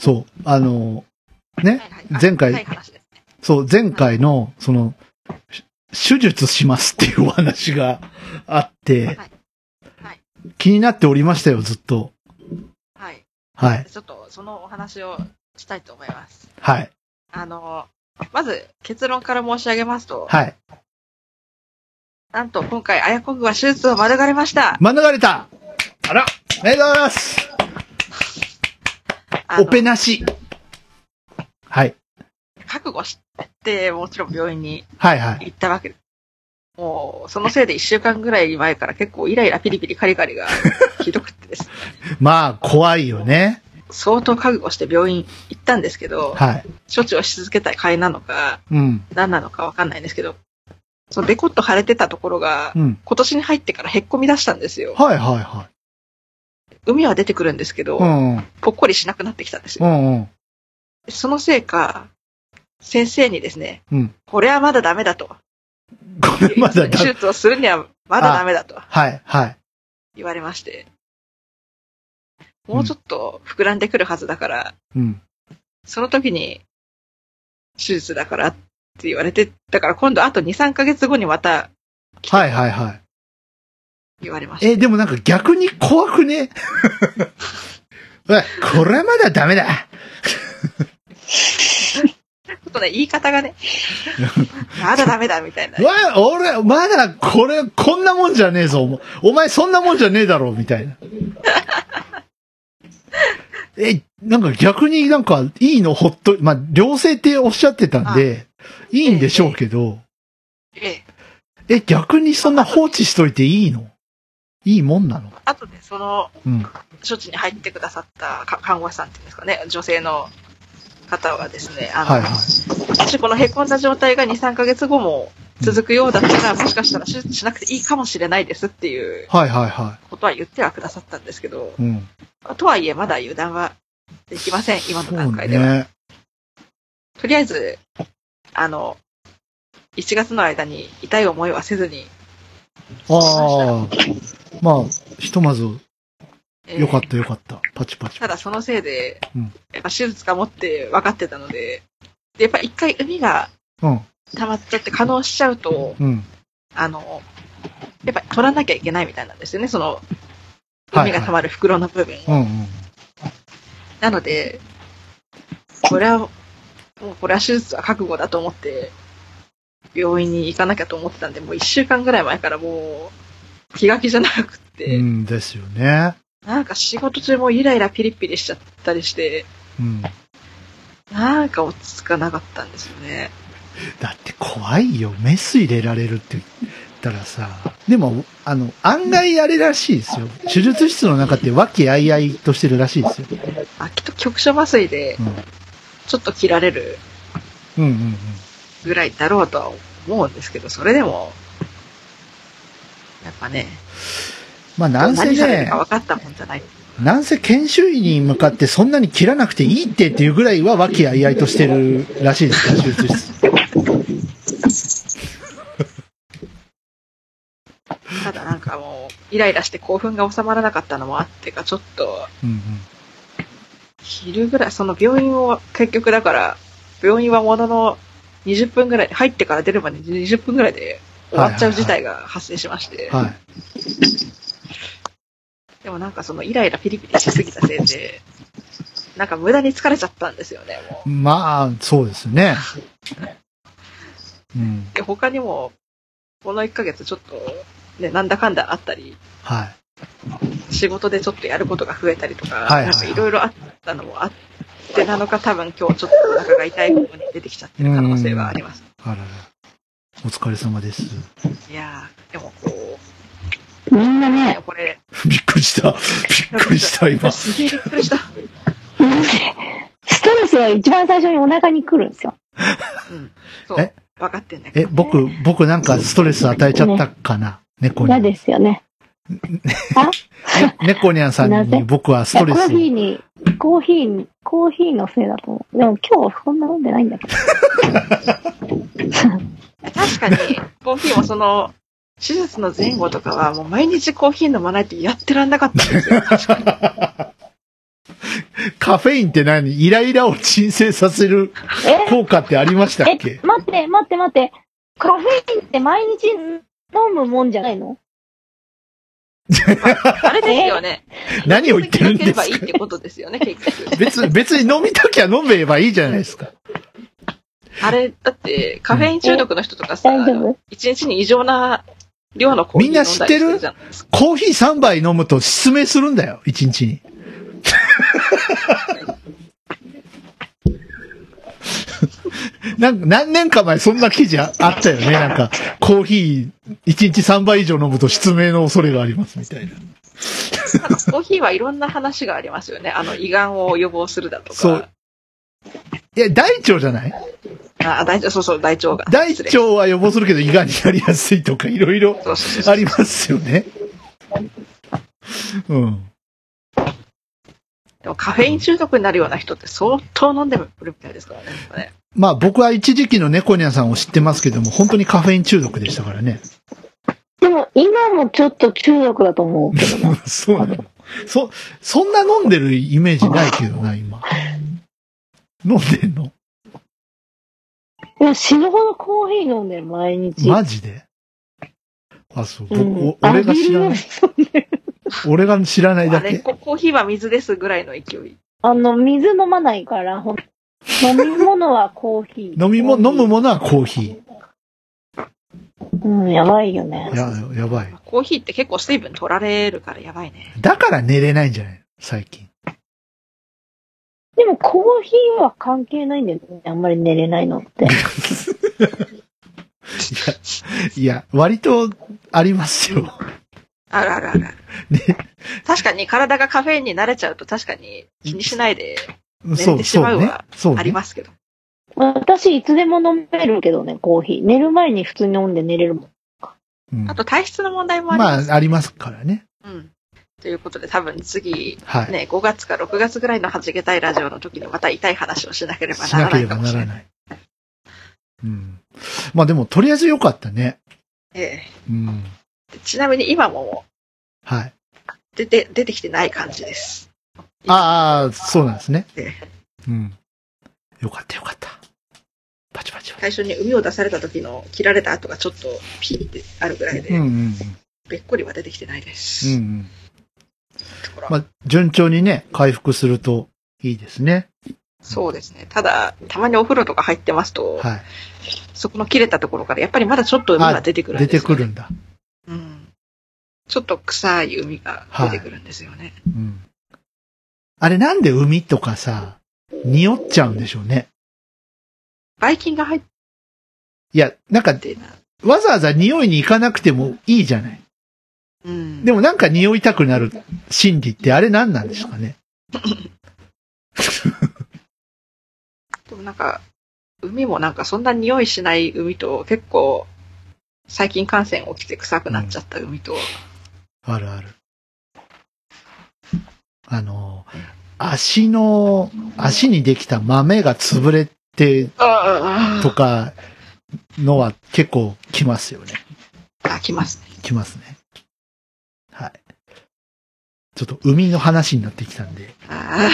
Speaker 1: そう、あの、ね
Speaker 2: はいはい、
Speaker 1: 前
Speaker 2: は
Speaker 1: 回、
Speaker 2: い話です。
Speaker 1: そう、前回の、その、し手術しますっていうお話があって
Speaker 2: はいはい、
Speaker 1: 気になっておりましたよ、ずっと。
Speaker 2: はい。
Speaker 1: はい、
Speaker 2: ちょっと、そのお話をしたいと思います。
Speaker 1: はい、
Speaker 2: あの、まず、結論から申し上げますと、
Speaker 1: はい。
Speaker 2: なんと今回、アヤコングは手術を免れました。
Speaker 1: 免れたあらありがとうございます
Speaker 2: あ
Speaker 1: オ
Speaker 2: の
Speaker 1: ペなしはい、
Speaker 2: 覚悟して、もちろん病院に
Speaker 1: はい、はい。
Speaker 2: 行ったわけです。もう、そのせいで一週間ぐらい前から結構イライラピリピリカリカリがひどくっ てですね。
Speaker 1: まあ、怖いよね。
Speaker 2: 相当覚悟して病院行ったんですけど、
Speaker 1: はい。
Speaker 2: 処置をし続けたい会なのか、
Speaker 1: うん、
Speaker 2: 何なのかわかんないんですけど、そのデコッと腫れてたところが
Speaker 1: う、ん。
Speaker 2: 今年に入ってからへっこみ出したんですよ。
Speaker 1: はい、はい、はい。
Speaker 2: 海は出てくるんですけど、
Speaker 1: うんうん、
Speaker 2: ぽっこりしなくなってきたんです
Speaker 1: う
Speaker 2: よ。
Speaker 1: んうん。
Speaker 2: そのせいか、先生にですね、
Speaker 1: うん
Speaker 2: これはまだダメだと。
Speaker 1: こ れまだだ
Speaker 2: 手。術をするにはまだダメだと
Speaker 1: はい、はい。
Speaker 2: 言われまして、
Speaker 1: うん
Speaker 2: もうちょっと膨らんでくるはずだから、
Speaker 1: うん。
Speaker 2: その時に、手術だからって言われて、だから今度あと2、3ヶ月後にまた
Speaker 1: はい、はい、はい。
Speaker 2: 言われました。
Speaker 1: え、でもなんか逆に怖くね おいこれまだダメだ
Speaker 2: ちょっとね、言い方 がね、まだダメだみたいな。
Speaker 1: わ、俺、まだ、これ、こんなもんじゃねえぞ。お前お前、そんなもんじゃねえだろ、みたい な。え、なんか逆になんか、いいのほっと、まあ、良性っておっしゃってたんで、いいんでしょうけど、
Speaker 2: ええ。
Speaker 1: え、逆にそんな放置しといていいのいいもんなの
Speaker 2: あとね、その、
Speaker 1: うん。
Speaker 2: 処置に入ってくださったか看護師さんっていうんですかね、女性の方がですね、あの、
Speaker 1: はいはい。
Speaker 2: もしこの凹んだ状態が2、3ヶ月後も続くようだったら、もしかしたら手術しなくていいかもしれないですっていう
Speaker 1: はいはいは
Speaker 2: ことは言ってはくださったんですけど、
Speaker 1: い。うん。
Speaker 2: とはいえまだ油断はできません、今の段階では。
Speaker 1: そうね。
Speaker 2: とりあえず、あの、1月の間に痛い思いはせずに、
Speaker 1: ああ。まあ、ひとまず、
Speaker 2: えー
Speaker 1: よかったよかった。パチパチ。
Speaker 2: ただそのせいで、
Speaker 1: うん
Speaker 2: やっぱ手術かもって分かってたので、でやっぱ一回海が
Speaker 1: うん、
Speaker 2: 溜まっちゃって可能しちゃうと、
Speaker 1: うん。
Speaker 2: あの、やっぱ取らなきゃいけないみたいなんですよね、その、
Speaker 1: はいはい
Speaker 2: 海が溜まる袋の部分を。
Speaker 1: うんうん。
Speaker 2: なので、これは、もうこれは手術は覚悟だと思って、病院に行かなきゃと思ってたんで、もう一週間ぐらい前からもう、気が気じゃなくって、
Speaker 1: うんですよね。
Speaker 2: なんか仕事中もイライラピリピリしちゃったりして、
Speaker 1: うん。
Speaker 2: なんか落ち着かなかったんですよね。
Speaker 1: だって怖いよ。メス入れられるって言ったらさ。でも、あの、案外あれらしいですよ。手術室の中って和気あいあいとしてるらしいですよ。
Speaker 2: あ、きっと局所麻酔で
Speaker 1: うん。
Speaker 2: ちょっと切られる
Speaker 1: うんうんうん。
Speaker 2: ぐらいだろうとは思うんですけど、それでも、やっぱね、
Speaker 1: まあ、なんせ
Speaker 2: 何される
Speaker 1: ね
Speaker 2: か、分かったもんじゃない。
Speaker 1: なんせ研修医に向かってそんなに切らなくていいってっていうぐらいは和気あいあいとしてるらしいですよ、手術室。
Speaker 2: ただなんかもう、イライラして興奮が収まらなかったのもあってか、ちょっと、
Speaker 1: うんうん。
Speaker 2: 昼ぐらい、その病院を、結局だから、病院はものの20分ぐらい、入ってから出るまで20分ぐらいで終わっちゃう事態が発生しまして、
Speaker 1: はい。
Speaker 2: でもなんかそのイライラピリピリしすぎたせいで、なんか無駄に疲れちゃったんですよね、もう。
Speaker 1: まあ、そうですね。うん。
Speaker 2: で、他にも、この1ヶ月ちょっと、ね、なんだかんだあったり、
Speaker 1: はい。
Speaker 2: 仕事でちょっとやることが増えたりとか、
Speaker 1: はいはいはい
Speaker 2: なんかいろいろあったのもあってなのか、多分今日ちょっとお腹が痛い方に出てきちゃってる可能性はあります。
Speaker 1: あらら。お疲れ様です。
Speaker 2: いやー、でもこ
Speaker 3: みんな
Speaker 2: う、
Speaker 3: ね、
Speaker 2: これ、
Speaker 1: びっくりした。 びっくりした、今。
Speaker 2: すげえびっくりした。
Speaker 3: ストレスが一番最初にお腹に来るんですよ。
Speaker 2: うん。そう
Speaker 1: え。
Speaker 2: 分かってんだけ
Speaker 1: え、僕、僕なんかストレス与えちゃったかな、猫にゃ
Speaker 3: 嫌
Speaker 1: ん。
Speaker 3: ですよね。
Speaker 1: ね猫にゃんさん
Speaker 3: な
Speaker 1: に
Speaker 3: ぜ
Speaker 1: 僕はス
Speaker 3: いや
Speaker 1: ト
Speaker 3: コ
Speaker 1: レス
Speaker 3: ーヒー
Speaker 1: を。
Speaker 3: に、コーヒーに、コーヒーのせいだと思う。でも今日そんな飲んでないんだけ ど。
Speaker 2: ど。確かに、コーヒーもその、手術の前後とかは、もう毎日コーヒー飲まないってやってらんなかったん ですよ。
Speaker 1: カフェインって何イライラを鎮静させる効果ってありましたっ
Speaker 3: え、
Speaker 1: け
Speaker 3: え、待って、待って、待って。カフェインって毎日飲むもんじゃないの
Speaker 2: あれですよね。
Speaker 1: 何を言ってるん
Speaker 2: 続
Speaker 1: で
Speaker 2: けなけれ
Speaker 1: す
Speaker 2: ばいい
Speaker 1: か
Speaker 2: ってことですよね、結局。
Speaker 1: 別、別に飲みたきゃ飲めばいいじゃないですか。
Speaker 2: あれ、だって、カフェイン中毒の人とかさ
Speaker 3: 大、丈夫
Speaker 2: 一日に異常な量のコーヒー
Speaker 1: みんな
Speaker 2: 飲ん
Speaker 1: 知
Speaker 2: だ
Speaker 1: っ
Speaker 2: り
Speaker 1: て
Speaker 2: す
Speaker 1: る
Speaker 2: るじゃないですか。
Speaker 1: コーヒー3杯飲むと失明するんだよ、1日に。 なんか何年か前そんな記事ああったよね。なんか、コーヒー1日3杯以上飲むと失明の恐れがありますみたいな。
Speaker 2: なんかコーヒーはいろんな話がありますよね。あの、胃がんを予防するだとか。
Speaker 1: そういや、大腸じゃない
Speaker 2: あ、大腸、そうそう、大腸が。
Speaker 1: 大
Speaker 2: 失礼
Speaker 1: 腸は予防するけど胃がんになりやすいとかいろいろ
Speaker 2: そうそうそう
Speaker 1: ありますよね。うん。
Speaker 2: でもカフェイン中毒になるような人って相当飲んでるみたいですからね。やっぱね
Speaker 1: まあ僕は一時期の猫ニャンさんを知ってますけども、本当にカフェイン中毒でしたからね。
Speaker 3: でも今もちょっと中毒だと思うけどな。
Speaker 1: そうなの。そ、そんな飲んでるイメージないけどな、今。飲んでんの
Speaker 3: でも死ぬほどコーヒー飲んでる、毎日。
Speaker 1: マジであ、そう。
Speaker 3: う
Speaker 1: 僕
Speaker 3: ん
Speaker 1: お俺が知ら
Speaker 3: あ
Speaker 1: な
Speaker 3: ビ
Speaker 1: い。
Speaker 3: ール 飲んでる
Speaker 1: 俺が知らない
Speaker 2: あ
Speaker 1: だ
Speaker 2: れ
Speaker 1: け。
Speaker 2: コ、コーヒーは水ですぐらいの勢い。
Speaker 3: あの、水飲まないから、ほん飲み物はコーヒー。
Speaker 1: 飲みも、飲むものはコーヒ
Speaker 3: うん、やばいよ
Speaker 1: ー。
Speaker 3: ね。
Speaker 1: や、やばい。
Speaker 2: コーヒーって結構水分取られるからやばいね。
Speaker 1: だから寝れないんじゃない最近。
Speaker 3: でもコーヒーは関係ないんだよね。あんまり寝れないの って。
Speaker 1: いや、割とありますよ。
Speaker 2: あるあるあるある。
Speaker 1: ね
Speaker 2: 確かに体がカフェインに慣れちゃうと確かに気にしないで
Speaker 1: そ
Speaker 2: 寝
Speaker 1: う、
Speaker 2: てしま
Speaker 1: そううね
Speaker 2: は。
Speaker 1: そう
Speaker 2: あり
Speaker 1: ね。
Speaker 2: ますけど。
Speaker 3: 私、いつでも飲めるけどね、コーヒー。寝る前に普通に飲んで寝れるもん。
Speaker 1: うん
Speaker 2: あと体質の問題もあり
Speaker 1: ま
Speaker 2: ます。
Speaker 1: あ、ありますからね。
Speaker 2: うん。ということで多分次、
Speaker 1: はい。
Speaker 2: ね、5月か6月ぐらいの弾けたいラジオの時にまた痛い話をしなければ
Speaker 1: し
Speaker 2: な
Speaker 1: な
Speaker 2: ら
Speaker 1: け
Speaker 2: な
Speaker 1: れ
Speaker 2: いか
Speaker 1: ば
Speaker 2: も
Speaker 1: な
Speaker 2: し
Speaker 1: ら
Speaker 2: れない。
Speaker 1: ない。うん。まあでも、とりあえず良かったね。
Speaker 2: え
Speaker 1: うん。
Speaker 2: えちなみに今も
Speaker 1: はい。
Speaker 2: 出て、出てきてない感じです。
Speaker 1: ああ、そうなんですね
Speaker 2: ええ。
Speaker 1: うん。よかったよかった。パチパチパチ。
Speaker 2: 最初に海を出された時の切られた跡がちょっとピーってあるぐらいで、
Speaker 1: うんうんうん。
Speaker 2: べっこりは出てきてないです。
Speaker 1: うんうん。
Speaker 2: ところ
Speaker 1: まあ、順調にね、回復するといいですね。
Speaker 2: そうですね。ただ、たまにお風呂とか入ってますと、
Speaker 1: は
Speaker 2: そこの切れたところからやっぱりまだちょっと海が出てく
Speaker 1: い。
Speaker 2: るん
Speaker 1: 出
Speaker 2: で
Speaker 1: て
Speaker 2: すよ
Speaker 1: く
Speaker 2: ね、
Speaker 1: るんだ。
Speaker 2: うん。ちょっと臭い海が出てくるんですよね。
Speaker 1: うん。あれなんで海とかさ、匂っちゃうんでしょうね。
Speaker 2: バイキンが入っ
Speaker 1: いや、なんか、
Speaker 2: てな。
Speaker 1: わざわざ匂いに行かなくてもいいじゃない。
Speaker 2: うん。
Speaker 1: でもなんか匂いたくなる心理ってあれ何なんですかね。
Speaker 2: でもなんか、海もなんかそんな匂いしない海と、結構、細菌感染起きて臭くなっちゃった海と、
Speaker 1: あるある。あの、足の、足にできた豆が潰れて
Speaker 2: ああ
Speaker 1: とかのは結構きますよね。
Speaker 2: ああ、きますね。
Speaker 1: きますね。はい。ちょっと海の話になってきたんで、
Speaker 2: あ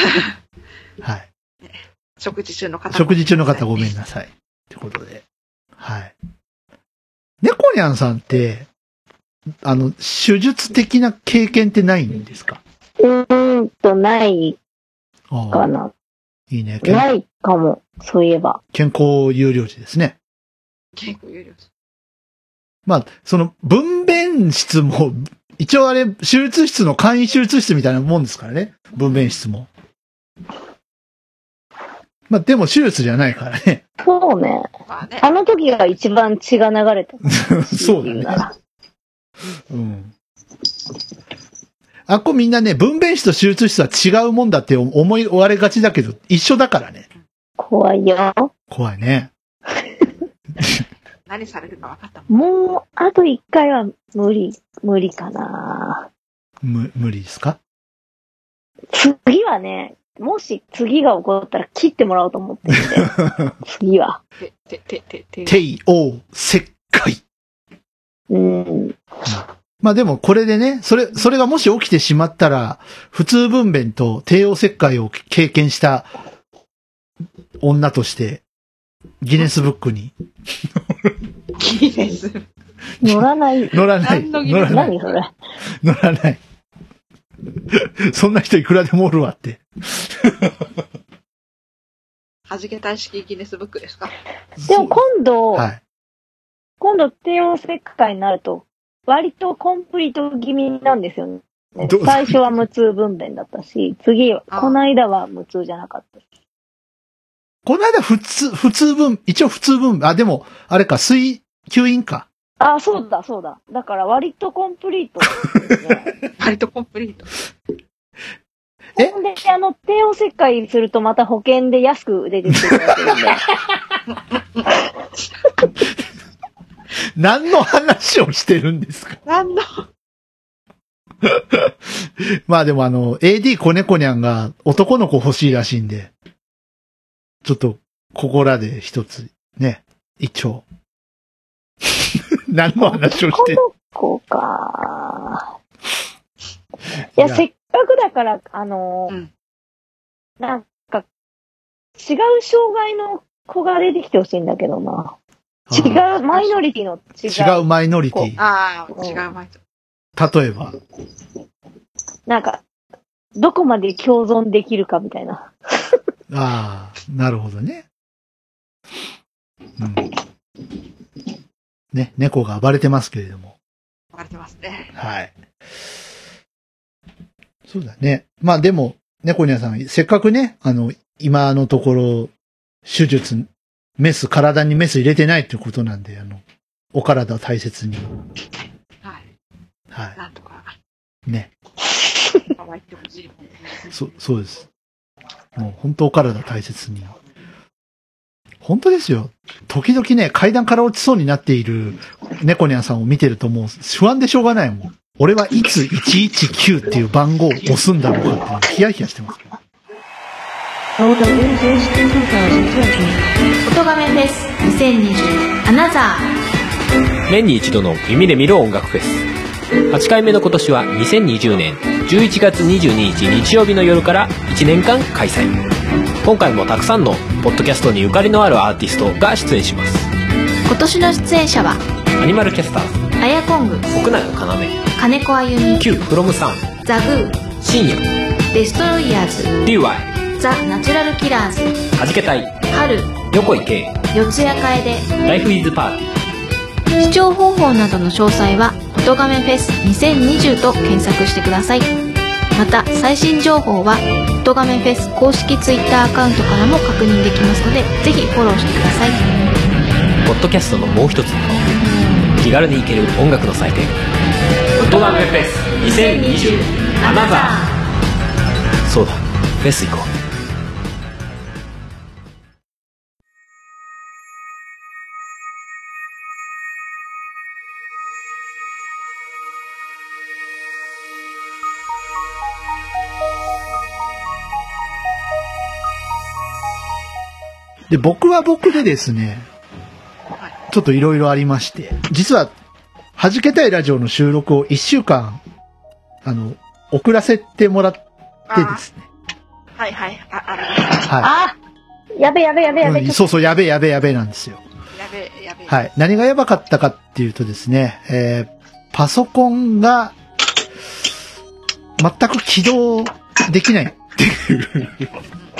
Speaker 2: あ、
Speaker 1: はい。
Speaker 2: 食事中の方。
Speaker 1: 食事中の方ごめんなさい。ってことで。はい。猫ニャンさんって、あの、手術的な経験ってないんですか
Speaker 3: うーんと、ない
Speaker 1: あ
Speaker 3: か
Speaker 1: あ、
Speaker 3: な。
Speaker 1: いいね。健
Speaker 3: ないかも。そういえば。
Speaker 1: 健康有料児ですね。
Speaker 2: 結構有料です
Speaker 1: まあ、その、分娩室も、 一応あれ、手術室の簡易手術室みたいなもんですからね。分娩室も。まあ、でも手術じゃないからね。
Speaker 3: そうね。
Speaker 2: まあね。
Speaker 3: あの時が一番血が流れた。
Speaker 1: そうだね。うん。あっこみんなね、分娩室と手術室は違うもんだって思い終われがちだけど、一緒だからね。
Speaker 3: 怖いよ。
Speaker 1: 怖いね。
Speaker 2: 何されるか分かったもん。
Speaker 3: もう、あと一回は無理、無理かな。
Speaker 1: む、無理ですか
Speaker 3: 次はね、もし次が起こったら切ってもらおうと思ってるんで。 次は。
Speaker 2: て、て、て、て、て。
Speaker 1: 帝王切開。
Speaker 3: うん。
Speaker 1: まあでもこれでね、それ、それがもし起きてしまったら、普通分娩と帝王切開を経験した女として、ギネスブックに
Speaker 2: いいです。
Speaker 3: 乗らない。
Speaker 1: 乗らない。
Speaker 2: 何のギネ
Speaker 1: 乗
Speaker 2: ス
Speaker 1: らない。
Speaker 3: 何それ。
Speaker 1: 乗らない。そんな人いくらでもおるわって。
Speaker 2: はじけたい式ギネスブックですか
Speaker 3: でも今度、
Speaker 1: はい。
Speaker 3: 今度帝王切開になると、割とコンプリート気味なんですよね
Speaker 1: どう。
Speaker 3: 最初は無痛分娩だったし、次、こ
Speaker 2: あ
Speaker 3: の間は無痛じゃなかった。
Speaker 1: この間普通、普通分、一応普通分、あ、でも、あれか、水、吸引か。
Speaker 3: ああ、そうだ、そうだ。だから割とコンプリ ートですね。
Speaker 2: 割とコンプリート。
Speaker 1: え
Speaker 3: ほんで、あの、帝王切開するとまた保険で安く出てくるわけなんで。
Speaker 1: 何の話をしてるんですか
Speaker 2: 何の
Speaker 1: まあでもあの、AD コネコニャンが男の子欲しいらしいんで、ちょっと、ここらで一つ、ね、一応。 何の話をし
Speaker 3: こ
Speaker 1: て、
Speaker 3: の子か。いや、
Speaker 1: いや
Speaker 3: せっかくだから、あのー
Speaker 2: うん
Speaker 3: なんか、違う障害の子が出てきてほしいんだけどな。違
Speaker 1: あ
Speaker 3: う、マイノリティの違
Speaker 1: ー違
Speaker 3: う。
Speaker 1: うマイノリテ
Speaker 2: ああ、違う前と。
Speaker 1: ィ。例えば。
Speaker 3: なんか、どこまで共存できるかみたいな。
Speaker 1: ああ、なるほどね。うん。ね、猫が暴れてますけれども。
Speaker 2: われてますね。
Speaker 1: はい。そうだね。まあでも、猫ニャさん、せっかくね、あの、今のところ、手術、メス、体にメス入れてないってことなんで、あの、お体大切に。
Speaker 2: はい。
Speaker 1: は
Speaker 2: なんとか、
Speaker 1: い。ね。
Speaker 2: 可愛いってほしいもんね。
Speaker 1: そ、そうです。もう本当お体大切に。本当ですよ。時々ね、階段から落ちそうになっている猫ニャンさんを見てるともう不安でしょうがないもん。俺はいつ119っていう番号を押すんだろうかっていうヒヤヒヤしてます。
Speaker 5: オートメです。2020アナザー。
Speaker 6: 年に一度の耳で見る音楽フェス8回目の今年は2020年11月22日日曜日の夜から1年間開催今回もたくさんのポッドキャストにゆかりのあるアーティストが出演します
Speaker 5: 今年の出演者は、
Speaker 6: アニマルキャスターズ
Speaker 5: アヤコング、
Speaker 6: 奥永
Speaker 5: 金子あゆみ、
Speaker 6: 要 QFROM3
Speaker 5: ザグー、
Speaker 6: 深夜
Speaker 5: デストロイヤー
Speaker 6: DY
Speaker 5: ズ、ザ・ナチュラルキラーズ、
Speaker 6: はじけたい
Speaker 5: 春、
Speaker 6: 横井圭
Speaker 5: 四谷楓、
Speaker 6: ライフイズパーティ
Speaker 5: 視聴方法などの詳細は「音亀フェス2020」と検索してくださいまた最新情報は「音亀フェス」公式 Twitter アカウントからも確認できますのでぜひフォローしてください
Speaker 6: ーポッドキャストのもう一つの顔気軽に行ける音楽の祭典「音楽フェス2020アナザー」そうだフェス行こう
Speaker 1: で、僕は僕でですね、ちょっといろいろありまして、実は、弾けたいラジオの収録を1週間、あの、遅らせてもらってで
Speaker 2: あ
Speaker 1: すね。
Speaker 2: ーはいはい。あ、あれ
Speaker 1: は
Speaker 3: あやべやべやべ
Speaker 1: い
Speaker 3: やべ。
Speaker 1: うん。そうそう、やべえやべえやべえなんですよ。
Speaker 2: やべえ、やべえ。
Speaker 1: はい。何がやばかったかっていうとですね、えー、パソコンが、全く起動できないっていう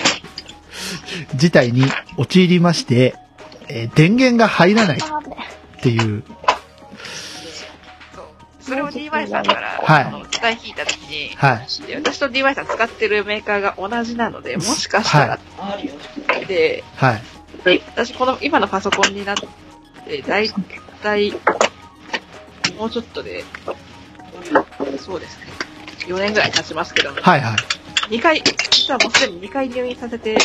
Speaker 1: 事態に陥りまして、えー電源が入らないっていう、
Speaker 2: そう。それを DY さんから、
Speaker 1: はい
Speaker 2: あの期待引いたときに、
Speaker 1: はい。
Speaker 2: で私と DY さん使ってるメーカーが同じなので、もしかしたら、で、
Speaker 1: はい。
Speaker 2: 私この今のパソコンになって、だいたい、もうちょっとで、そうですね。4年ぐらい経ちますけども、
Speaker 1: はいはい。
Speaker 2: 2回、実はもうすでに2回入院させて、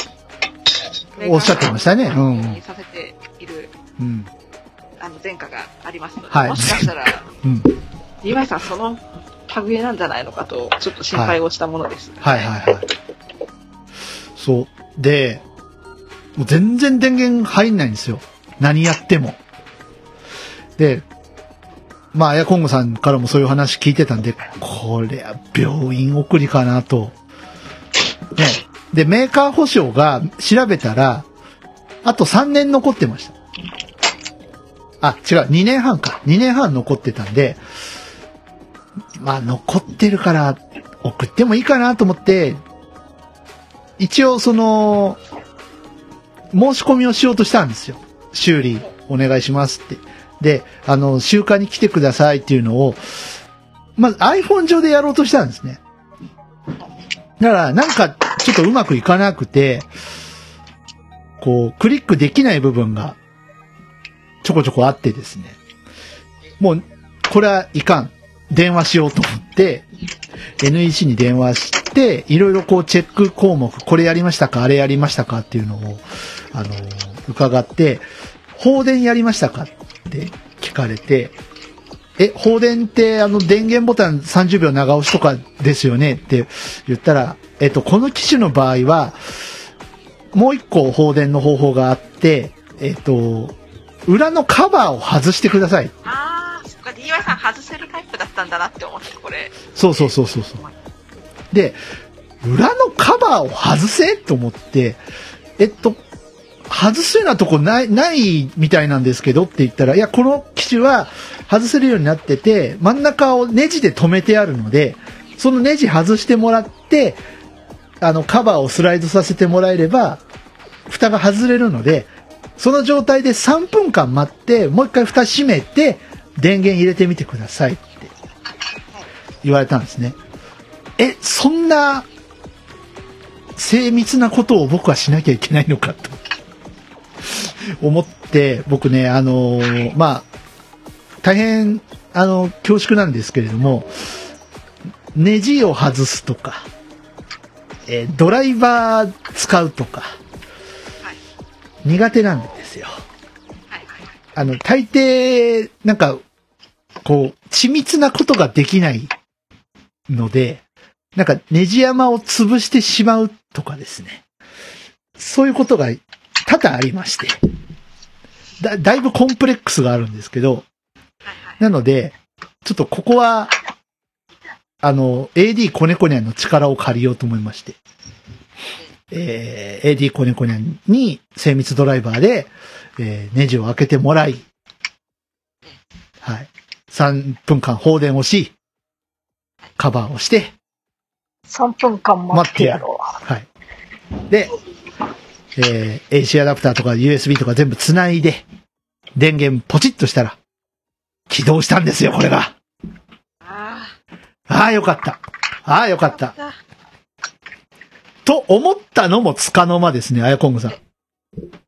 Speaker 1: おっしゃってましたねうん
Speaker 2: 入院させている、
Speaker 1: うん。
Speaker 2: あの、前科がありますので、
Speaker 1: はい
Speaker 2: もしかしたら、
Speaker 1: うん。
Speaker 2: DY さんその類なんじゃないのかと、ちょっと心配をしたものです。
Speaker 1: はいはいはい。そう。で、もう全然電源入んないんですよ。何やっても。で、まあ、アヤコングさんからもそういう話聞いてたんで、これは病院送りかなと。ね。で、メーカー保証が調べたら、あと3年残ってました。あ、違う、2年半か。2年半残ってたんで、まあ、残ってるから、送ってもいいかなと思って、一応その、申し込みをしようとしたんですよ。修理お願いしますって。で、あの、集荷に来てくださいっていうのを、まず iPhone 上でやろうとしたんですね。だから、なんか、ちょっとうまくいかなくて、こう、クリックできない部分が、ちょこちょこあってですね。もう、これはいかん。電話しようと思って、NEC に電話して、いろいろこうチェック項目、これやりましたか、あれやりましたかっていうのを、あの、伺って、放電やりましたかって聞かれて、え、放電ってあの電源ボタン30秒長押しとかですよねって言ったら、えっと、この機種の場合は、もう一個放電の方法があって、えっと、裏のカバーを外してください。
Speaker 2: ああ、そっか、DY さん外せるタイプだったんだなって思って、これ。
Speaker 1: そうそうそうそうそう。で、裏のカバーを外せと思って、えっと、外すようなとこない、ないみたいなんですけどって言ったら、いや、この機種は外せるようになってて、真ん中をネジで止めてあるので、そのネジ外してもらって、あの、カバーをスライドさせてもらえれば、蓋が外れるので、その状態で3分間待って、もう一回蓋閉めて、電源入れてみてくださいって言われたんですね。え、そんな精密なことを僕はしなきゃいけないのかと 思って、僕ね、あのーまあ、大変、あの、恐縮なんですけれども、ネジを外すとか、えードライバー使うとか、
Speaker 2: はい
Speaker 1: 苦手なんですよ。
Speaker 2: はいはいはい。
Speaker 1: あの、大抵、なんか、こう、緻密なことができないので、なんか、ネジ山を潰してしまうとかですね。そういうことが多々ありまして。だ、だいぶコンプレックスがあるんですけど、なので、ちょっとここは、あの、AD コネコニャンの力を借りようと思いまして。えー、AD コネコニャンに精密ドライバーで、えーネジを開けてもらい、はい。3分間放電をし、カバーをして、
Speaker 3: 3分間待ってやろ
Speaker 1: はい。で、えー AC アダプターとか USB とか全部繋いで、電源ポチッとしたら、起動したんですよ、これが。
Speaker 2: あ
Speaker 1: ああ、よかった。ああ、よか
Speaker 2: あ。
Speaker 1: った。と思ったのもつかの間ですね、あやこんぐさん。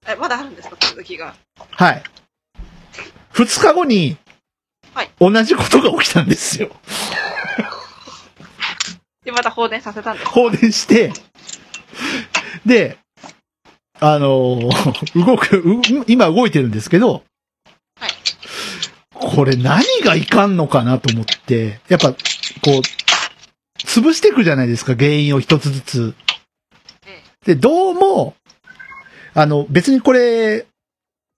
Speaker 2: え、まだあるんですか続きが。
Speaker 1: はい。二日後に
Speaker 2: はい、
Speaker 1: 同じことが起きたんですよ。
Speaker 2: で、また放電させたんです。
Speaker 1: 放電して、で、あのー動く、う今動いてるんですけど、
Speaker 2: はい
Speaker 1: これ何がいかんのかなと思って、やっぱ、こう、潰していくじゃないですか、原因を一つずつ。
Speaker 2: え
Speaker 1: で、どうも、あの、別にこれ、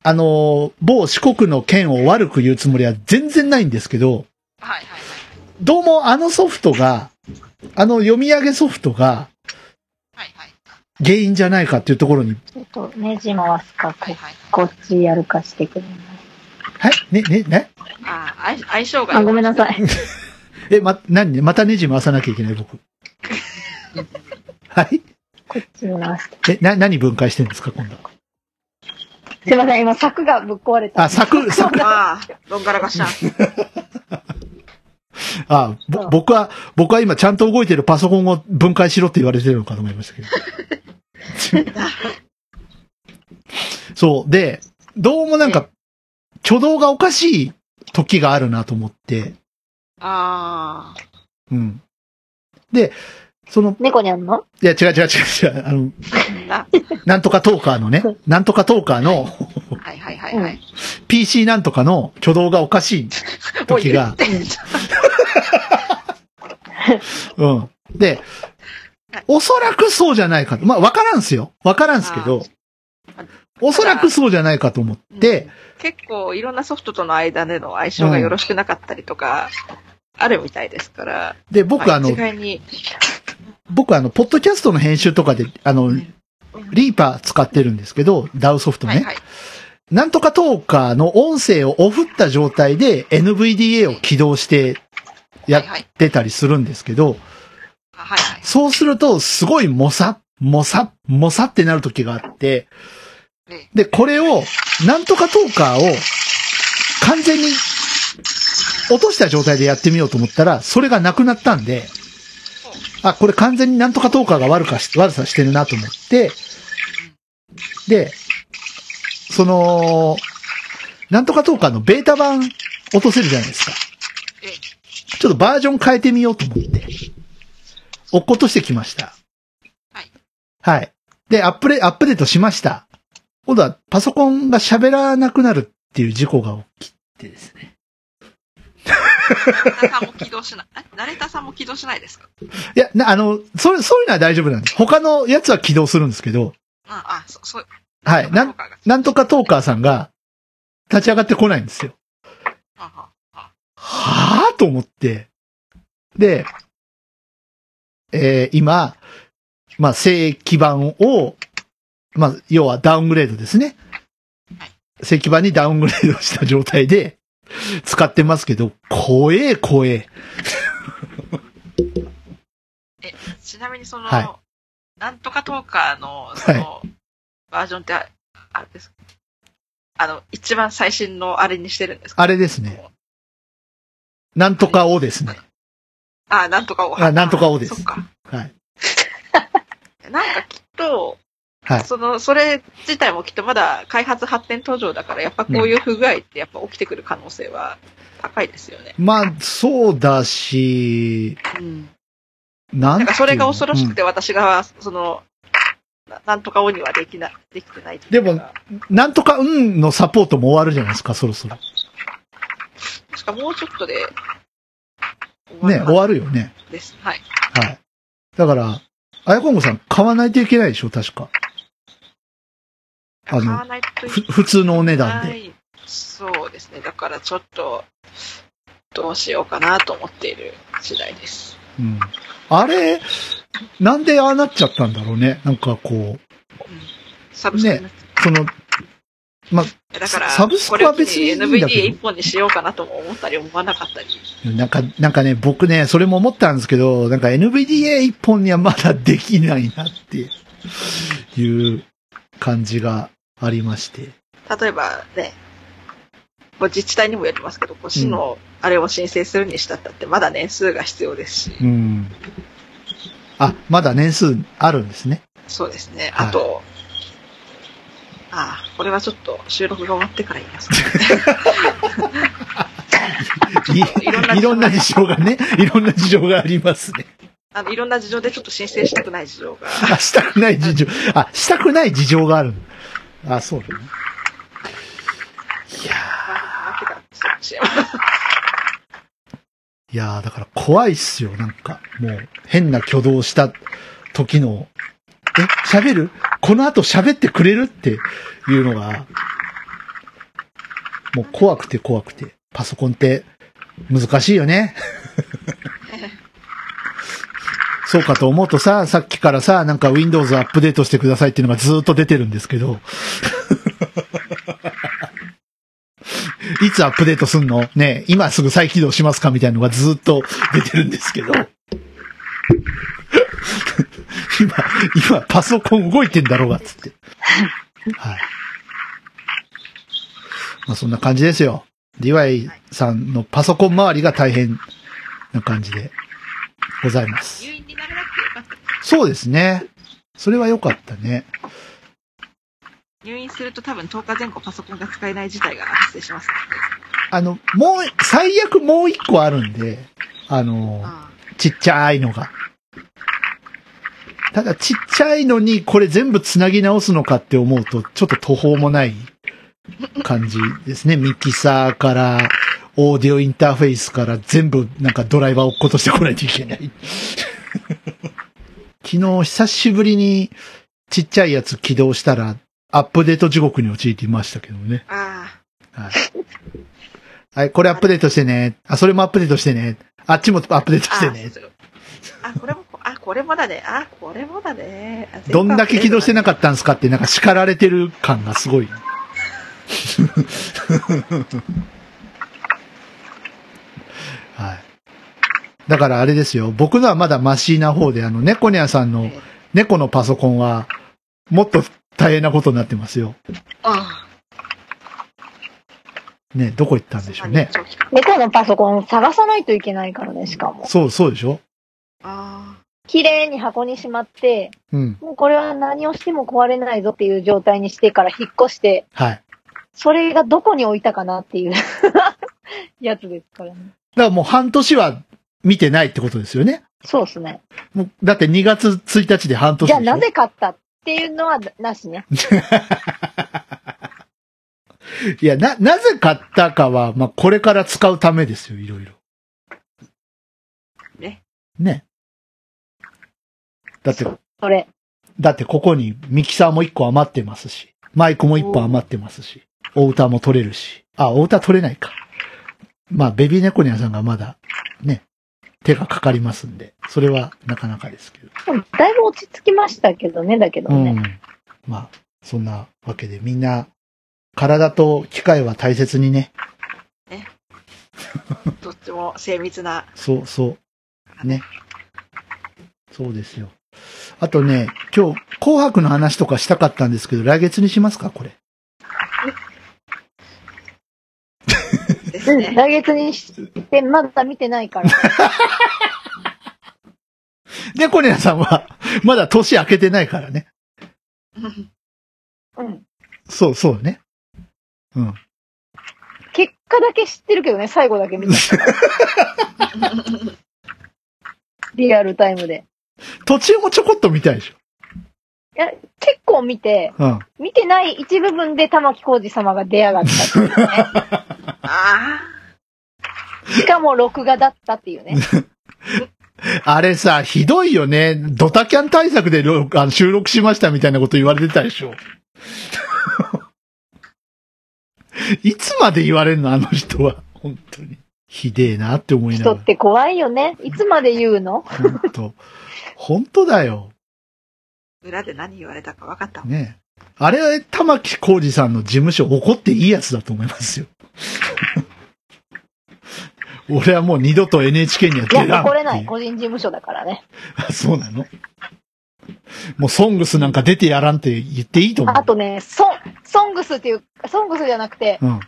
Speaker 1: あのー、某四国の県を悪く言うつもりは全然ないんですけど、
Speaker 2: はいはい
Speaker 1: どうもあのソフトが、あの読み上げソフトが、
Speaker 2: はい。はい
Speaker 1: 原因じゃないかっていうところに、
Speaker 3: う。ちょっとネジ回すか、
Speaker 2: はい。はい
Speaker 3: こ
Speaker 2: はい。
Speaker 3: こっちやるかしてくれない。
Speaker 1: はいね、ね、ね
Speaker 2: ああ、相相性が。
Speaker 3: あ、ごめんなさ
Speaker 2: い。
Speaker 3: い。
Speaker 1: え、ま、何またネジ回さなきゃいけない僕。はい
Speaker 3: こっちに回して。
Speaker 1: え、な、何分解してるんですか今度。
Speaker 3: すいません、今柵がぶっ壊れた。
Speaker 1: あ、柵、柵、
Speaker 2: ああ、どんからがしゃん。
Speaker 1: あ、ぼ僕は、僕は今ちゃんと動いてるパソコンを分解しろって言われてるのかと思いましたけど。そう。で、どうもなんか、挙動がおかしい時があるなと思って、
Speaker 2: ああ。
Speaker 1: うん。で、その、
Speaker 3: 猫にあんの
Speaker 1: いや、違う違う違う違う、あの、
Speaker 2: な
Speaker 1: なんとかトーカーのね、なんとかトーカーの
Speaker 2: はいはいはいはい。
Speaker 1: PC なんとかの挙動がおかしい時が、
Speaker 2: もう言って
Speaker 1: うん。で、おそらくそうじゃないかと。まあ、わからんすよ。わからんすけど
Speaker 2: あー、
Speaker 1: おそらくそうじゃないかと思って、
Speaker 2: 結構いろんなソフトとの間での相性がよろしくなかったりとか、あるみたいですから。
Speaker 1: で、僕
Speaker 2: ま
Speaker 1: あの
Speaker 2: 一、概に。
Speaker 1: 僕あの、ポッドキャストの編集とかで、あの
Speaker 2: うん、
Speaker 1: リーパー使ってるんですけど、DAW ソフト
Speaker 2: はい
Speaker 1: ね。
Speaker 2: はい。
Speaker 1: なんとかトーカーの音声をオフった状態で NVDA を起動してや
Speaker 2: はい
Speaker 1: っ
Speaker 2: はい。
Speaker 1: てたりするんですけど、
Speaker 2: あはいはい。
Speaker 1: そうすると、すごいもさ、もさ、もさってなる時があって
Speaker 2: ね、
Speaker 1: で、これを、なんとかトーカーを、完全に、落とした状態でやってみようと思ったら、それがなくなったんで、あ、これ完全になんとかトーカーが悪かし、悪さしてるなと思って、で、その、なんとかトーカーのベータ版落とせるじゃないですか。
Speaker 2: ええ
Speaker 1: ちょっとバージョン変えてみようと思って。落っことしてきました。
Speaker 2: はい。
Speaker 1: はい。で、アップデ、アップデートしました。今度はパソコンが喋らなくなるっていう事故が起きてですね。
Speaker 2: 成田さんも起動しない。 え成田さんも起動しないですか
Speaker 1: いや、なあの、それ、そういうのは大丈夫なんです。他のやつは起動するんですけど、
Speaker 2: ああ、そ、そう。
Speaker 1: はい。なん、
Speaker 2: かが
Speaker 1: なんとかトーカーさんが立ち上がってこないんですよ。
Speaker 2: あは
Speaker 1: はぁと思って。で、えー今、まあ、正規版を、まあ、要はダウングレードですね。正規版にダウングレードした状態で使ってますけど、怖え怖え。
Speaker 2: ちなみにその、
Speaker 1: はい
Speaker 2: なんとかトーカーの、その、バージョンってあ、あれですかあの、一番最新のあれにしてるんですか
Speaker 1: あれですね。なんとかをですね。
Speaker 2: あ、なんとかを。
Speaker 1: あなんとかをです
Speaker 2: そっか。
Speaker 1: はい。
Speaker 2: なんかきっと、
Speaker 1: はい
Speaker 2: その、それ自体もきっとまだ開発発展途上だから、やっぱこういう不具合ってやっぱ起きてくる可能性は高いですよね。
Speaker 1: まあ、そうだし、
Speaker 2: うん。
Speaker 1: なん
Speaker 2: なん
Speaker 1: ていう
Speaker 2: か
Speaker 1: の
Speaker 2: それが恐ろしく
Speaker 1: う
Speaker 2: て私が、その、ななんとか王にはできな、できてないってい
Speaker 1: で
Speaker 2: うか
Speaker 1: も、なんとか運のサポートも終わるじゃないですか、そろそろ。
Speaker 2: 確かもうちょっとで、
Speaker 1: ね、終わ
Speaker 2: る
Speaker 1: るよね。
Speaker 2: はずです。はい。
Speaker 1: はい。だから、あやこんごさん買わないといけないでしょ、確か。あの
Speaker 2: 買わないとい
Speaker 1: ふ、普通のお値
Speaker 2: け
Speaker 1: 段
Speaker 2: な
Speaker 1: で。
Speaker 2: い。そうですね。だからちょっと、どうしようかなと思っている次第です。
Speaker 1: うん。あれ、なんでああなっちゃったんだろうね。なんかこう、
Speaker 2: サブスクになっ
Speaker 1: その、
Speaker 2: だから、
Speaker 1: サブスクは別にいいんだけど
Speaker 2: これを機に NVDA 一本にしようかなとも思ったり思わなかったり。
Speaker 1: なんか、なんかね、僕ね、それも思ったんですけど、なんか NVDA 一本にはまだできないなっていう感じがありまして。
Speaker 2: 例えばね、こう自治体にもよりますけど、こう市のあれを申請するにしたったって、まだ年数が必要ですし、
Speaker 1: うん。あ、まだ年数あるんですね。
Speaker 2: そうですね。
Speaker 1: はい
Speaker 2: あと、ああ、これはちょっと収録が終わってから言います、ね。 いろんな い
Speaker 1: いろんな事情がね、いろんな事情がありますね。
Speaker 2: あの、いろんな事情でちょっと申請したくない事情が。
Speaker 1: あ、したくない事情。あ、したくない事情がある。あ、そうだね。
Speaker 2: ああ、からそうかもしれません
Speaker 1: いやー、だから怖いっすよ、なんか。もう、変な挙動した時の、え、喋るこの後喋ってくれるっていうのが、もう怖くて怖くて。パソコンって難しいよね。そうかと思うとさ、さっきからさ、なんか Windows アップデートしてくださいっていうのがずーっと出てるんですけど。いつアップデートすんのね今すぐ再起動しますかみたいなのがずーっと出てるんですけど。 今、今パソコン動いてんだろうが、つって。はい。まあそんな感じですよ。DY さんのパソコン周りが大変な感じでございます。
Speaker 2: 入院にならなくてよかった。
Speaker 1: そうですね。それは良かったね。
Speaker 2: 入院すると多分10日前後パソコンが使えない事態が発生します、ね。
Speaker 1: あの、もう、最悪もう一個あるんで、あの、
Speaker 2: あ
Speaker 1: ちっちゃいのが。ただちっちゃいのにこれ全部繋ぎ直すのかって思うとちょっと途方もない感じですね。ミキサーから、オーディオインターフェースから全部なんかドライバーを落っことしてこないといけない。 昨日久しぶりにちっちゃいやつ起動したらアップデート地獄に陥りましたけどね。
Speaker 2: あ。あ
Speaker 1: はい。はい、これアップデートしてね。あ、それもアップデートしてね。あっちもアップデート
Speaker 2: あ。
Speaker 1: してね。
Speaker 2: あ、これも、あ、これもだね。あ、これもだね。あ
Speaker 1: どんだけ起動してなか
Speaker 2: っ
Speaker 1: ったんですかって、なんか叱られてる感がすごい。 はい。だからあれですよ。僕のはまだマシな方で、あの、猫ニャさんの猫のパソコンは、もっと大変なことになってますよ。
Speaker 2: あ
Speaker 1: ね、どこ行った
Speaker 2: あ。
Speaker 1: んでしょうね。
Speaker 2: 長期間
Speaker 3: 猫のパソコン探さないといけないからね、しかも。
Speaker 1: そう、そうでしょ
Speaker 2: あ
Speaker 3: 綺麗に箱にしまって、
Speaker 1: うん。
Speaker 3: もうこれは何をしても壊れないぞっていう状態にしてから引っ越して、
Speaker 1: はい。
Speaker 3: それがどこに置いたかなっていう やつですからね。
Speaker 1: だからもう半年は見てないってことですよね。
Speaker 3: そうですね。
Speaker 1: もうだって2月1日で半年で
Speaker 3: じ
Speaker 1: し
Speaker 3: ゃ
Speaker 1: ょ
Speaker 3: あなぜ買ったっていうのはなしね。
Speaker 1: いや、な、なぜ買ったかは、まあ、これから使うためですよ、いろいろ。
Speaker 2: ね。
Speaker 1: ね。だって、
Speaker 3: それ。
Speaker 1: だってここにミキサーも1個余ってますし、マイクも1本余ってますし、お歌も取れるし。あ、お歌取れないか。まあ、ベビーネコニャさんがまだ、ね、手がかかりますんで、それはなかなかですけど。
Speaker 3: でもだいぶ落ち着きましたけどね、だけどね。
Speaker 1: うん。まあ、そんなわけでみんな、体と機械は大切にね、
Speaker 2: あ。とっても精密な。
Speaker 1: そうそう、ね。そうですよ。あとね、今日、紅白の話とかしたかったんですけど、来月にしますかこれ。
Speaker 2: です
Speaker 3: うん
Speaker 2: ね。
Speaker 3: 来月にして、まだ見てないから。
Speaker 1: で、コニャさんは、 まだ年明けてないからね。
Speaker 3: うん。
Speaker 1: そうそうね。うん。
Speaker 3: 結果だけ知ってるけどね、最後だけ見 たから。リアルタイムで。
Speaker 1: 途中もちょこっと見たいでしょ。
Speaker 3: いや、結構見て、
Speaker 1: うん。
Speaker 3: 見てない一部分で玉置浩二様が出やがったっていうね。
Speaker 2: あ
Speaker 3: しかも録画だったっ ていうね。
Speaker 1: あれさ、ひどいよね。ドタキャン対策で録あの収録しましたみたいなこと言われてたでしょ。 いつまで言われるのあの人は。本当に。ひでえなって思いな
Speaker 3: 人
Speaker 1: が
Speaker 3: って怖いよね。いつまで言うの
Speaker 1: ら。本当。本当だよ。
Speaker 2: あ、裏で何言われたか分かった。
Speaker 1: ねえあれ、玉木浩二さんの事務所怒っていいやつだと思いますよ。 俺はもう二度と NHK にはい出らんって
Speaker 3: や、
Speaker 1: う
Speaker 3: これない。個人事務所だからね。
Speaker 1: あそうなのもう、ソングスなんか出てやらんって言っていいと思う。
Speaker 3: あとね、ソン、ソングスっていう、ソングスじゃなくて、
Speaker 1: うん。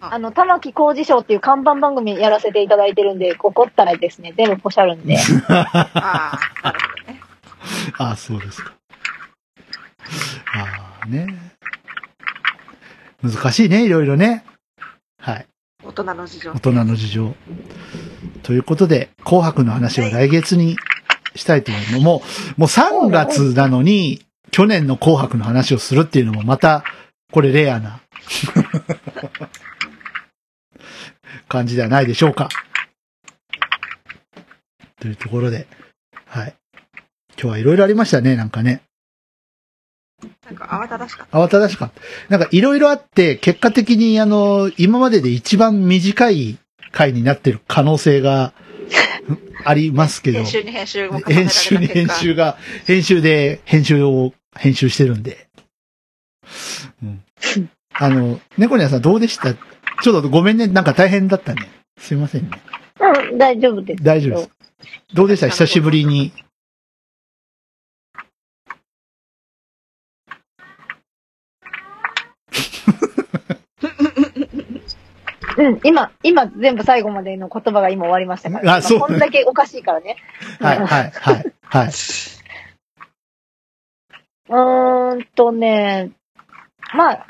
Speaker 3: あの、玉木浩二賞っていう看板番組やらせていただいてるんで、怒ったらですね、全部ポシャる んで。
Speaker 2: ああ、なるほどね。
Speaker 1: あ、そうですか。ああね。難しいね、いろいろね。はい。
Speaker 2: 大人の事情
Speaker 1: 大。人の事情。ということで、紅白の話は来月にしたいと思います。もう、もう3月なのに、去年の紅白の話をするっていうのもまた、これレア な感じではないでしょうか。というところで、はい。今日はいろいろありましたね、なんかね。
Speaker 2: なんか慌ただしかっ
Speaker 1: 慌ただしかった。なんかいろいろあって、結果的にあの、今までで一番短い回になってる可能性 がありますけ
Speaker 2: た。
Speaker 1: ど
Speaker 2: 編、集に編集を重ねられ
Speaker 1: 編
Speaker 2: た結
Speaker 1: 集
Speaker 2: 果。
Speaker 1: に編集が、編集で、編集を、編集してるんで。うん、あの、猫ニャンさんどうでしたちょっとごめんね、なんか大変だったね。すいませんね。
Speaker 3: うん、大丈夫です。
Speaker 1: 大丈夫です。どうでした久しぶりに。
Speaker 3: うん、今、今、全部最後までの言葉が今終わりましたから。
Speaker 1: あそう
Speaker 3: まこんだけおかしいからね。
Speaker 1: はい、はい、はい、はい。
Speaker 3: うーんとね、まあ、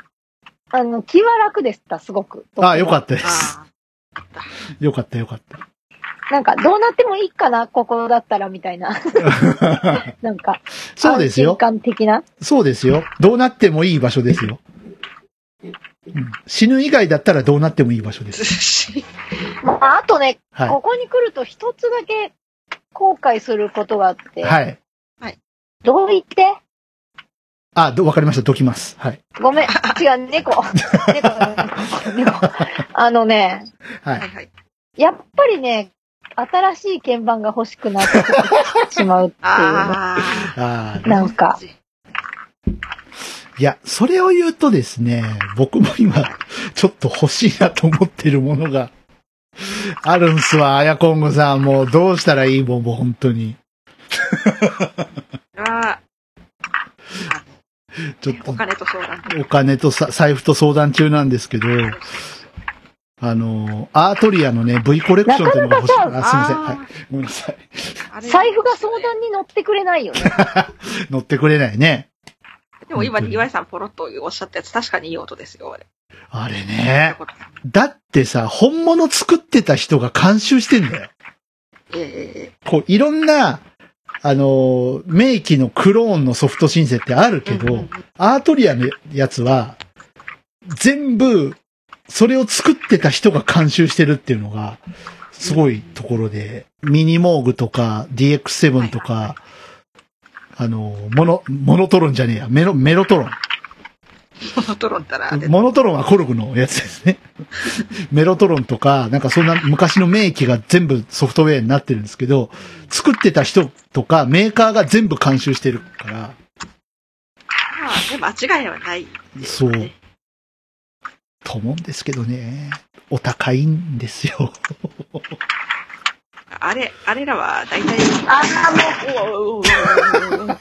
Speaker 3: あの、気は楽でした、すごく。
Speaker 1: あ、よかったです。
Speaker 2: あ
Speaker 1: よかった、よかった。
Speaker 3: なんか、どうなってもいいかな、ここだったら、みたい な。なんか、
Speaker 1: そうですよ
Speaker 3: 安心。感的な。
Speaker 1: そうですよ。どうなってもいい場所ですよ。うん死ぬ以外だったらどうなってもいい場所です。
Speaker 2: あ。
Speaker 3: まあ、あとね、
Speaker 1: は
Speaker 3: ここに来ると一つだけ後悔することがあっ
Speaker 1: い。
Speaker 3: て、
Speaker 1: はい。
Speaker 3: どう言って
Speaker 1: あ、どわかりました。どきます。はい。
Speaker 3: ごめん、違う、猫。猫、 猫。あのね、
Speaker 1: は
Speaker 2: はい
Speaker 1: い。
Speaker 2: はい。
Speaker 3: やっぱりね、新しい鍵盤が欲しくなってし まうっていう
Speaker 2: ああ。
Speaker 1: あー
Speaker 3: ね。なんか、
Speaker 1: いや、それを言うとですね、僕も今、ちょっと欲しいなと思ってるものが、あるんすわ、アヤコングさん。もうどうしたらいいもん、もう本当に。
Speaker 2: これは、
Speaker 1: ちょっと
Speaker 2: お、金と相談。
Speaker 1: お金とさ財布と相談中なんですけど、あの、アートリアのね、V コレクションっていうのが欲しい。
Speaker 3: なか
Speaker 1: あ、すいません。はい
Speaker 2: あ。
Speaker 1: ごめんなさい。
Speaker 2: あれ
Speaker 3: 財布が相談に乗ってくれないよね。
Speaker 1: 乗ってくれないね。
Speaker 2: でも今、岩井さんポロッとおっしゃったやつ、確かにいい音ですよ、あれ。
Speaker 1: あれね。だってさ、本物作ってた人が監修してんだよ。
Speaker 2: ええ
Speaker 1: こう、いろんな、あのー、名機のクローンのソフトシンセってあるけ
Speaker 2: うんうんう
Speaker 1: ど
Speaker 2: ん、
Speaker 1: アートリアのやつは、全部、それを作ってた人が監修してるっていうのが、すごいところで、ミニモーグとか DX7 とか、あのー、モノ、モノトロンじゃねえや、メロ、メロトロン。
Speaker 2: えポロトロンったら、で
Speaker 1: モノトロンはコルグのやつですね。メロトロンとか、なんかそんな昔の名機が全部ソフトウェアになってるんですけど、作ってた人とかメーカーが全部監修してるから、
Speaker 2: まあ、でも間違いはない。
Speaker 1: そう。と思うんですけどね。お高いんですよ。
Speaker 2: あれ、あれらは大体、
Speaker 3: あー、もう、
Speaker 2: うおうおうおうおう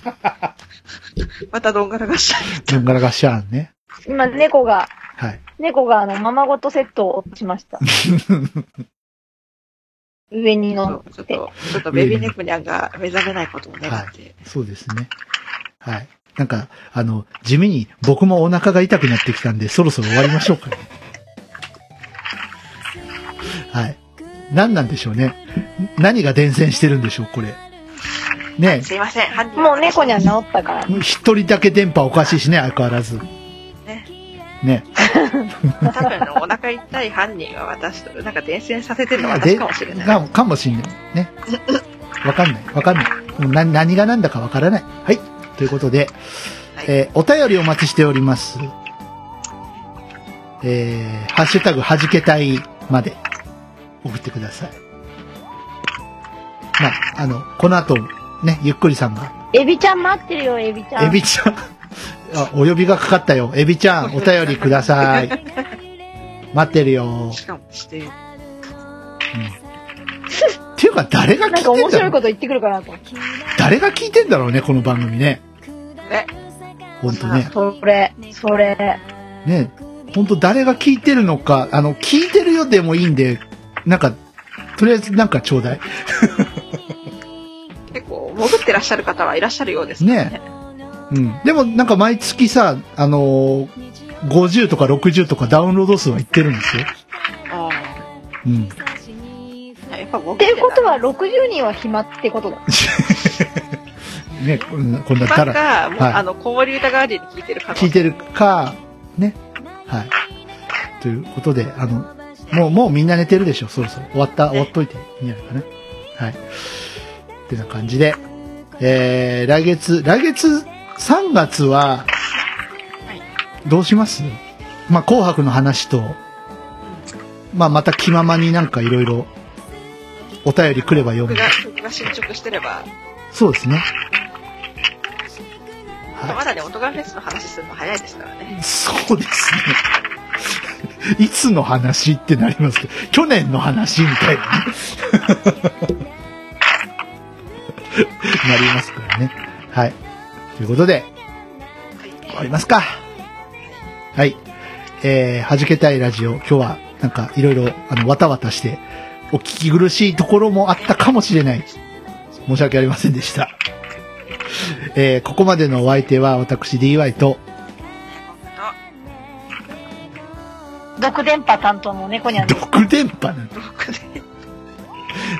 Speaker 2: またどんがらがっしゃ
Speaker 1: どんがらがっしゃんね。
Speaker 3: 今、猫が、
Speaker 1: はい。
Speaker 3: 猫があの、ままごとセットをしました。上に
Speaker 2: ち
Speaker 3: 乗
Speaker 2: ょっと、ち
Speaker 3: って。
Speaker 2: ょっとベビーネックニャンが目覚めないことを願って。
Speaker 1: そうですね。はい。なんか、あの、地味に僕もお腹が痛くなってきたんで、そろそろ終わりましょうかね。はい。何なんでしょうね。何が伝染してるんでしょう、これ。ね
Speaker 2: すいません、犯人
Speaker 3: もう猫には治ったからね。
Speaker 1: え、一人だけ電波おかしいしね、相変わらず。
Speaker 2: ね。
Speaker 1: ね。
Speaker 2: 多分、お腹痛い犯人が私と、なんか伝染させてるのは
Speaker 1: で
Speaker 2: 私かもしれない。
Speaker 1: かかもしんない。ね。わかんない。わかんない。もうな何が何だかわからない。はい。ということで、
Speaker 2: はい
Speaker 1: えーお便りお待ちしております。えーハッシュタグはじけたいまで送ってください。まあ、あの、この後、ね、ゆっくりさんが
Speaker 3: エビちゃん待ってるよ、エビちゃん。
Speaker 1: エビちゃん。あ、お呼びがかかったよ。エビちゃん、お便りくだ さい。待ってるよ。
Speaker 2: しかもして、
Speaker 1: っていうか、誰が聞い
Speaker 3: なんか
Speaker 1: てん
Speaker 3: 面
Speaker 1: だ
Speaker 3: 白
Speaker 1: ろ
Speaker 3: いうこと言ってくるかなと思って。
Speaker 1: 誰が聞いてんだろうね、この番組ね。
Speaker 2: ね、
Speaker 1: ほんとね。
Speaker 3: それ、それ。
Speaker 1: ね。ほんと誰が聞いてるのか、あの、聞いてるよでもいいんで、なんか、とりあえずなんかちょうだい。
Speaker 2: 結構、潜ってらっしゃる方はいらっしゃるようです
Speaker 1: ね。うん。でもなんか毎月さ、あのー50とか60とかダウンロード数はいってるんですよ。
Speaker 2: ああ
Speaker 1: うん。
Speaker 2: やっぱ潜っ
Speaker 3: って
Speaker 2: て
Speaker 3: い
Speaker 2: る
Speaker 3: うことは、60人は暇ってこと だ。
Speaker 1: ね、こんなこんなだ
Speaker 2: なん
Speaker 1: ら、
Speaker 2: か、もう、
Speaker 1: はい
Speaker 2: あの、子守歌代わりに聞いてる方。
Speaker 1: 聞いてるか、ね。はい。ということで、あの、もう、もうみんな寝てるでしょ、そろそろ。終わった、終わっといていいんじゃないかな。はい。ってな感じで、えー、来月、来月3月は、どうしますまあ、紅白の話と、まあ、また気ままになんかいろいろ、お便り来れば読む。
Speaker 2: 僕が、僕が進捗してれば、
Speaker 1: そうですね。はい
Speaker 2: まだね、オトガンフェスの話するの早いですからね。
Speaker 1: そうですね。いつの話ってなりますけど、去年の話みたいなね。なりますからね。はい。ということで、終わりますか。はい。えー、はじけたいラジオ、今日はなんかいろいろ、あの、わたわたして、お聞き苦しいところもあったかもしれない。申し訳ありませんでした。えー、ここまでのお相手は私 DY と、
Speaker 3: 独電波担当の猫にゃんで す。
Speaker 1: 独電波なんだ。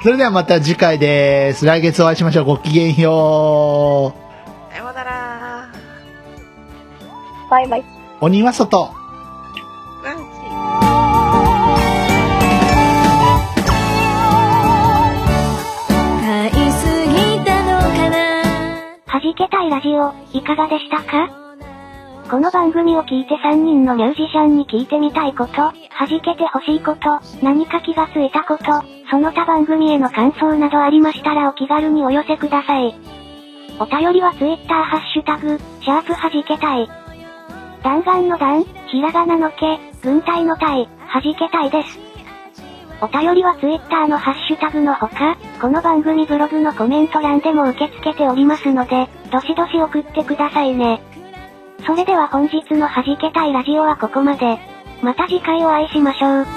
Speaker 1: それではまた次回です。来月お会いしましょう。ごきげんよう。
Speaker 2: さようなら。
Speaker 3: バイバイ。
Speaker 1: 鬼は外。
Speaker 2: ランチ
Speaker 7: 買いすぎたのかな
Speaker 8: はじけたいラジオ、いかがでしたかこの番組を聞いて3人のミュージシャンに聞いてみたいこと、弾けてほしいこと、何か気がついたこと、その他番組への感想などありましたらお気軽にお寄せください。お便りは Twitter ハッシュタグ、シャープはじけたい。弾丸の弾、ひらがなのけ、軍隊の隊、はじけたいです。お便りは Twitter のハッシュタグのほか、この番組ブログのコメント欄でも受け付けておりますので、どしどし送ってくださいね。それでは本日の弾けたいラジオはここまで。また次回お会いしましょう。
Speaker 7: これ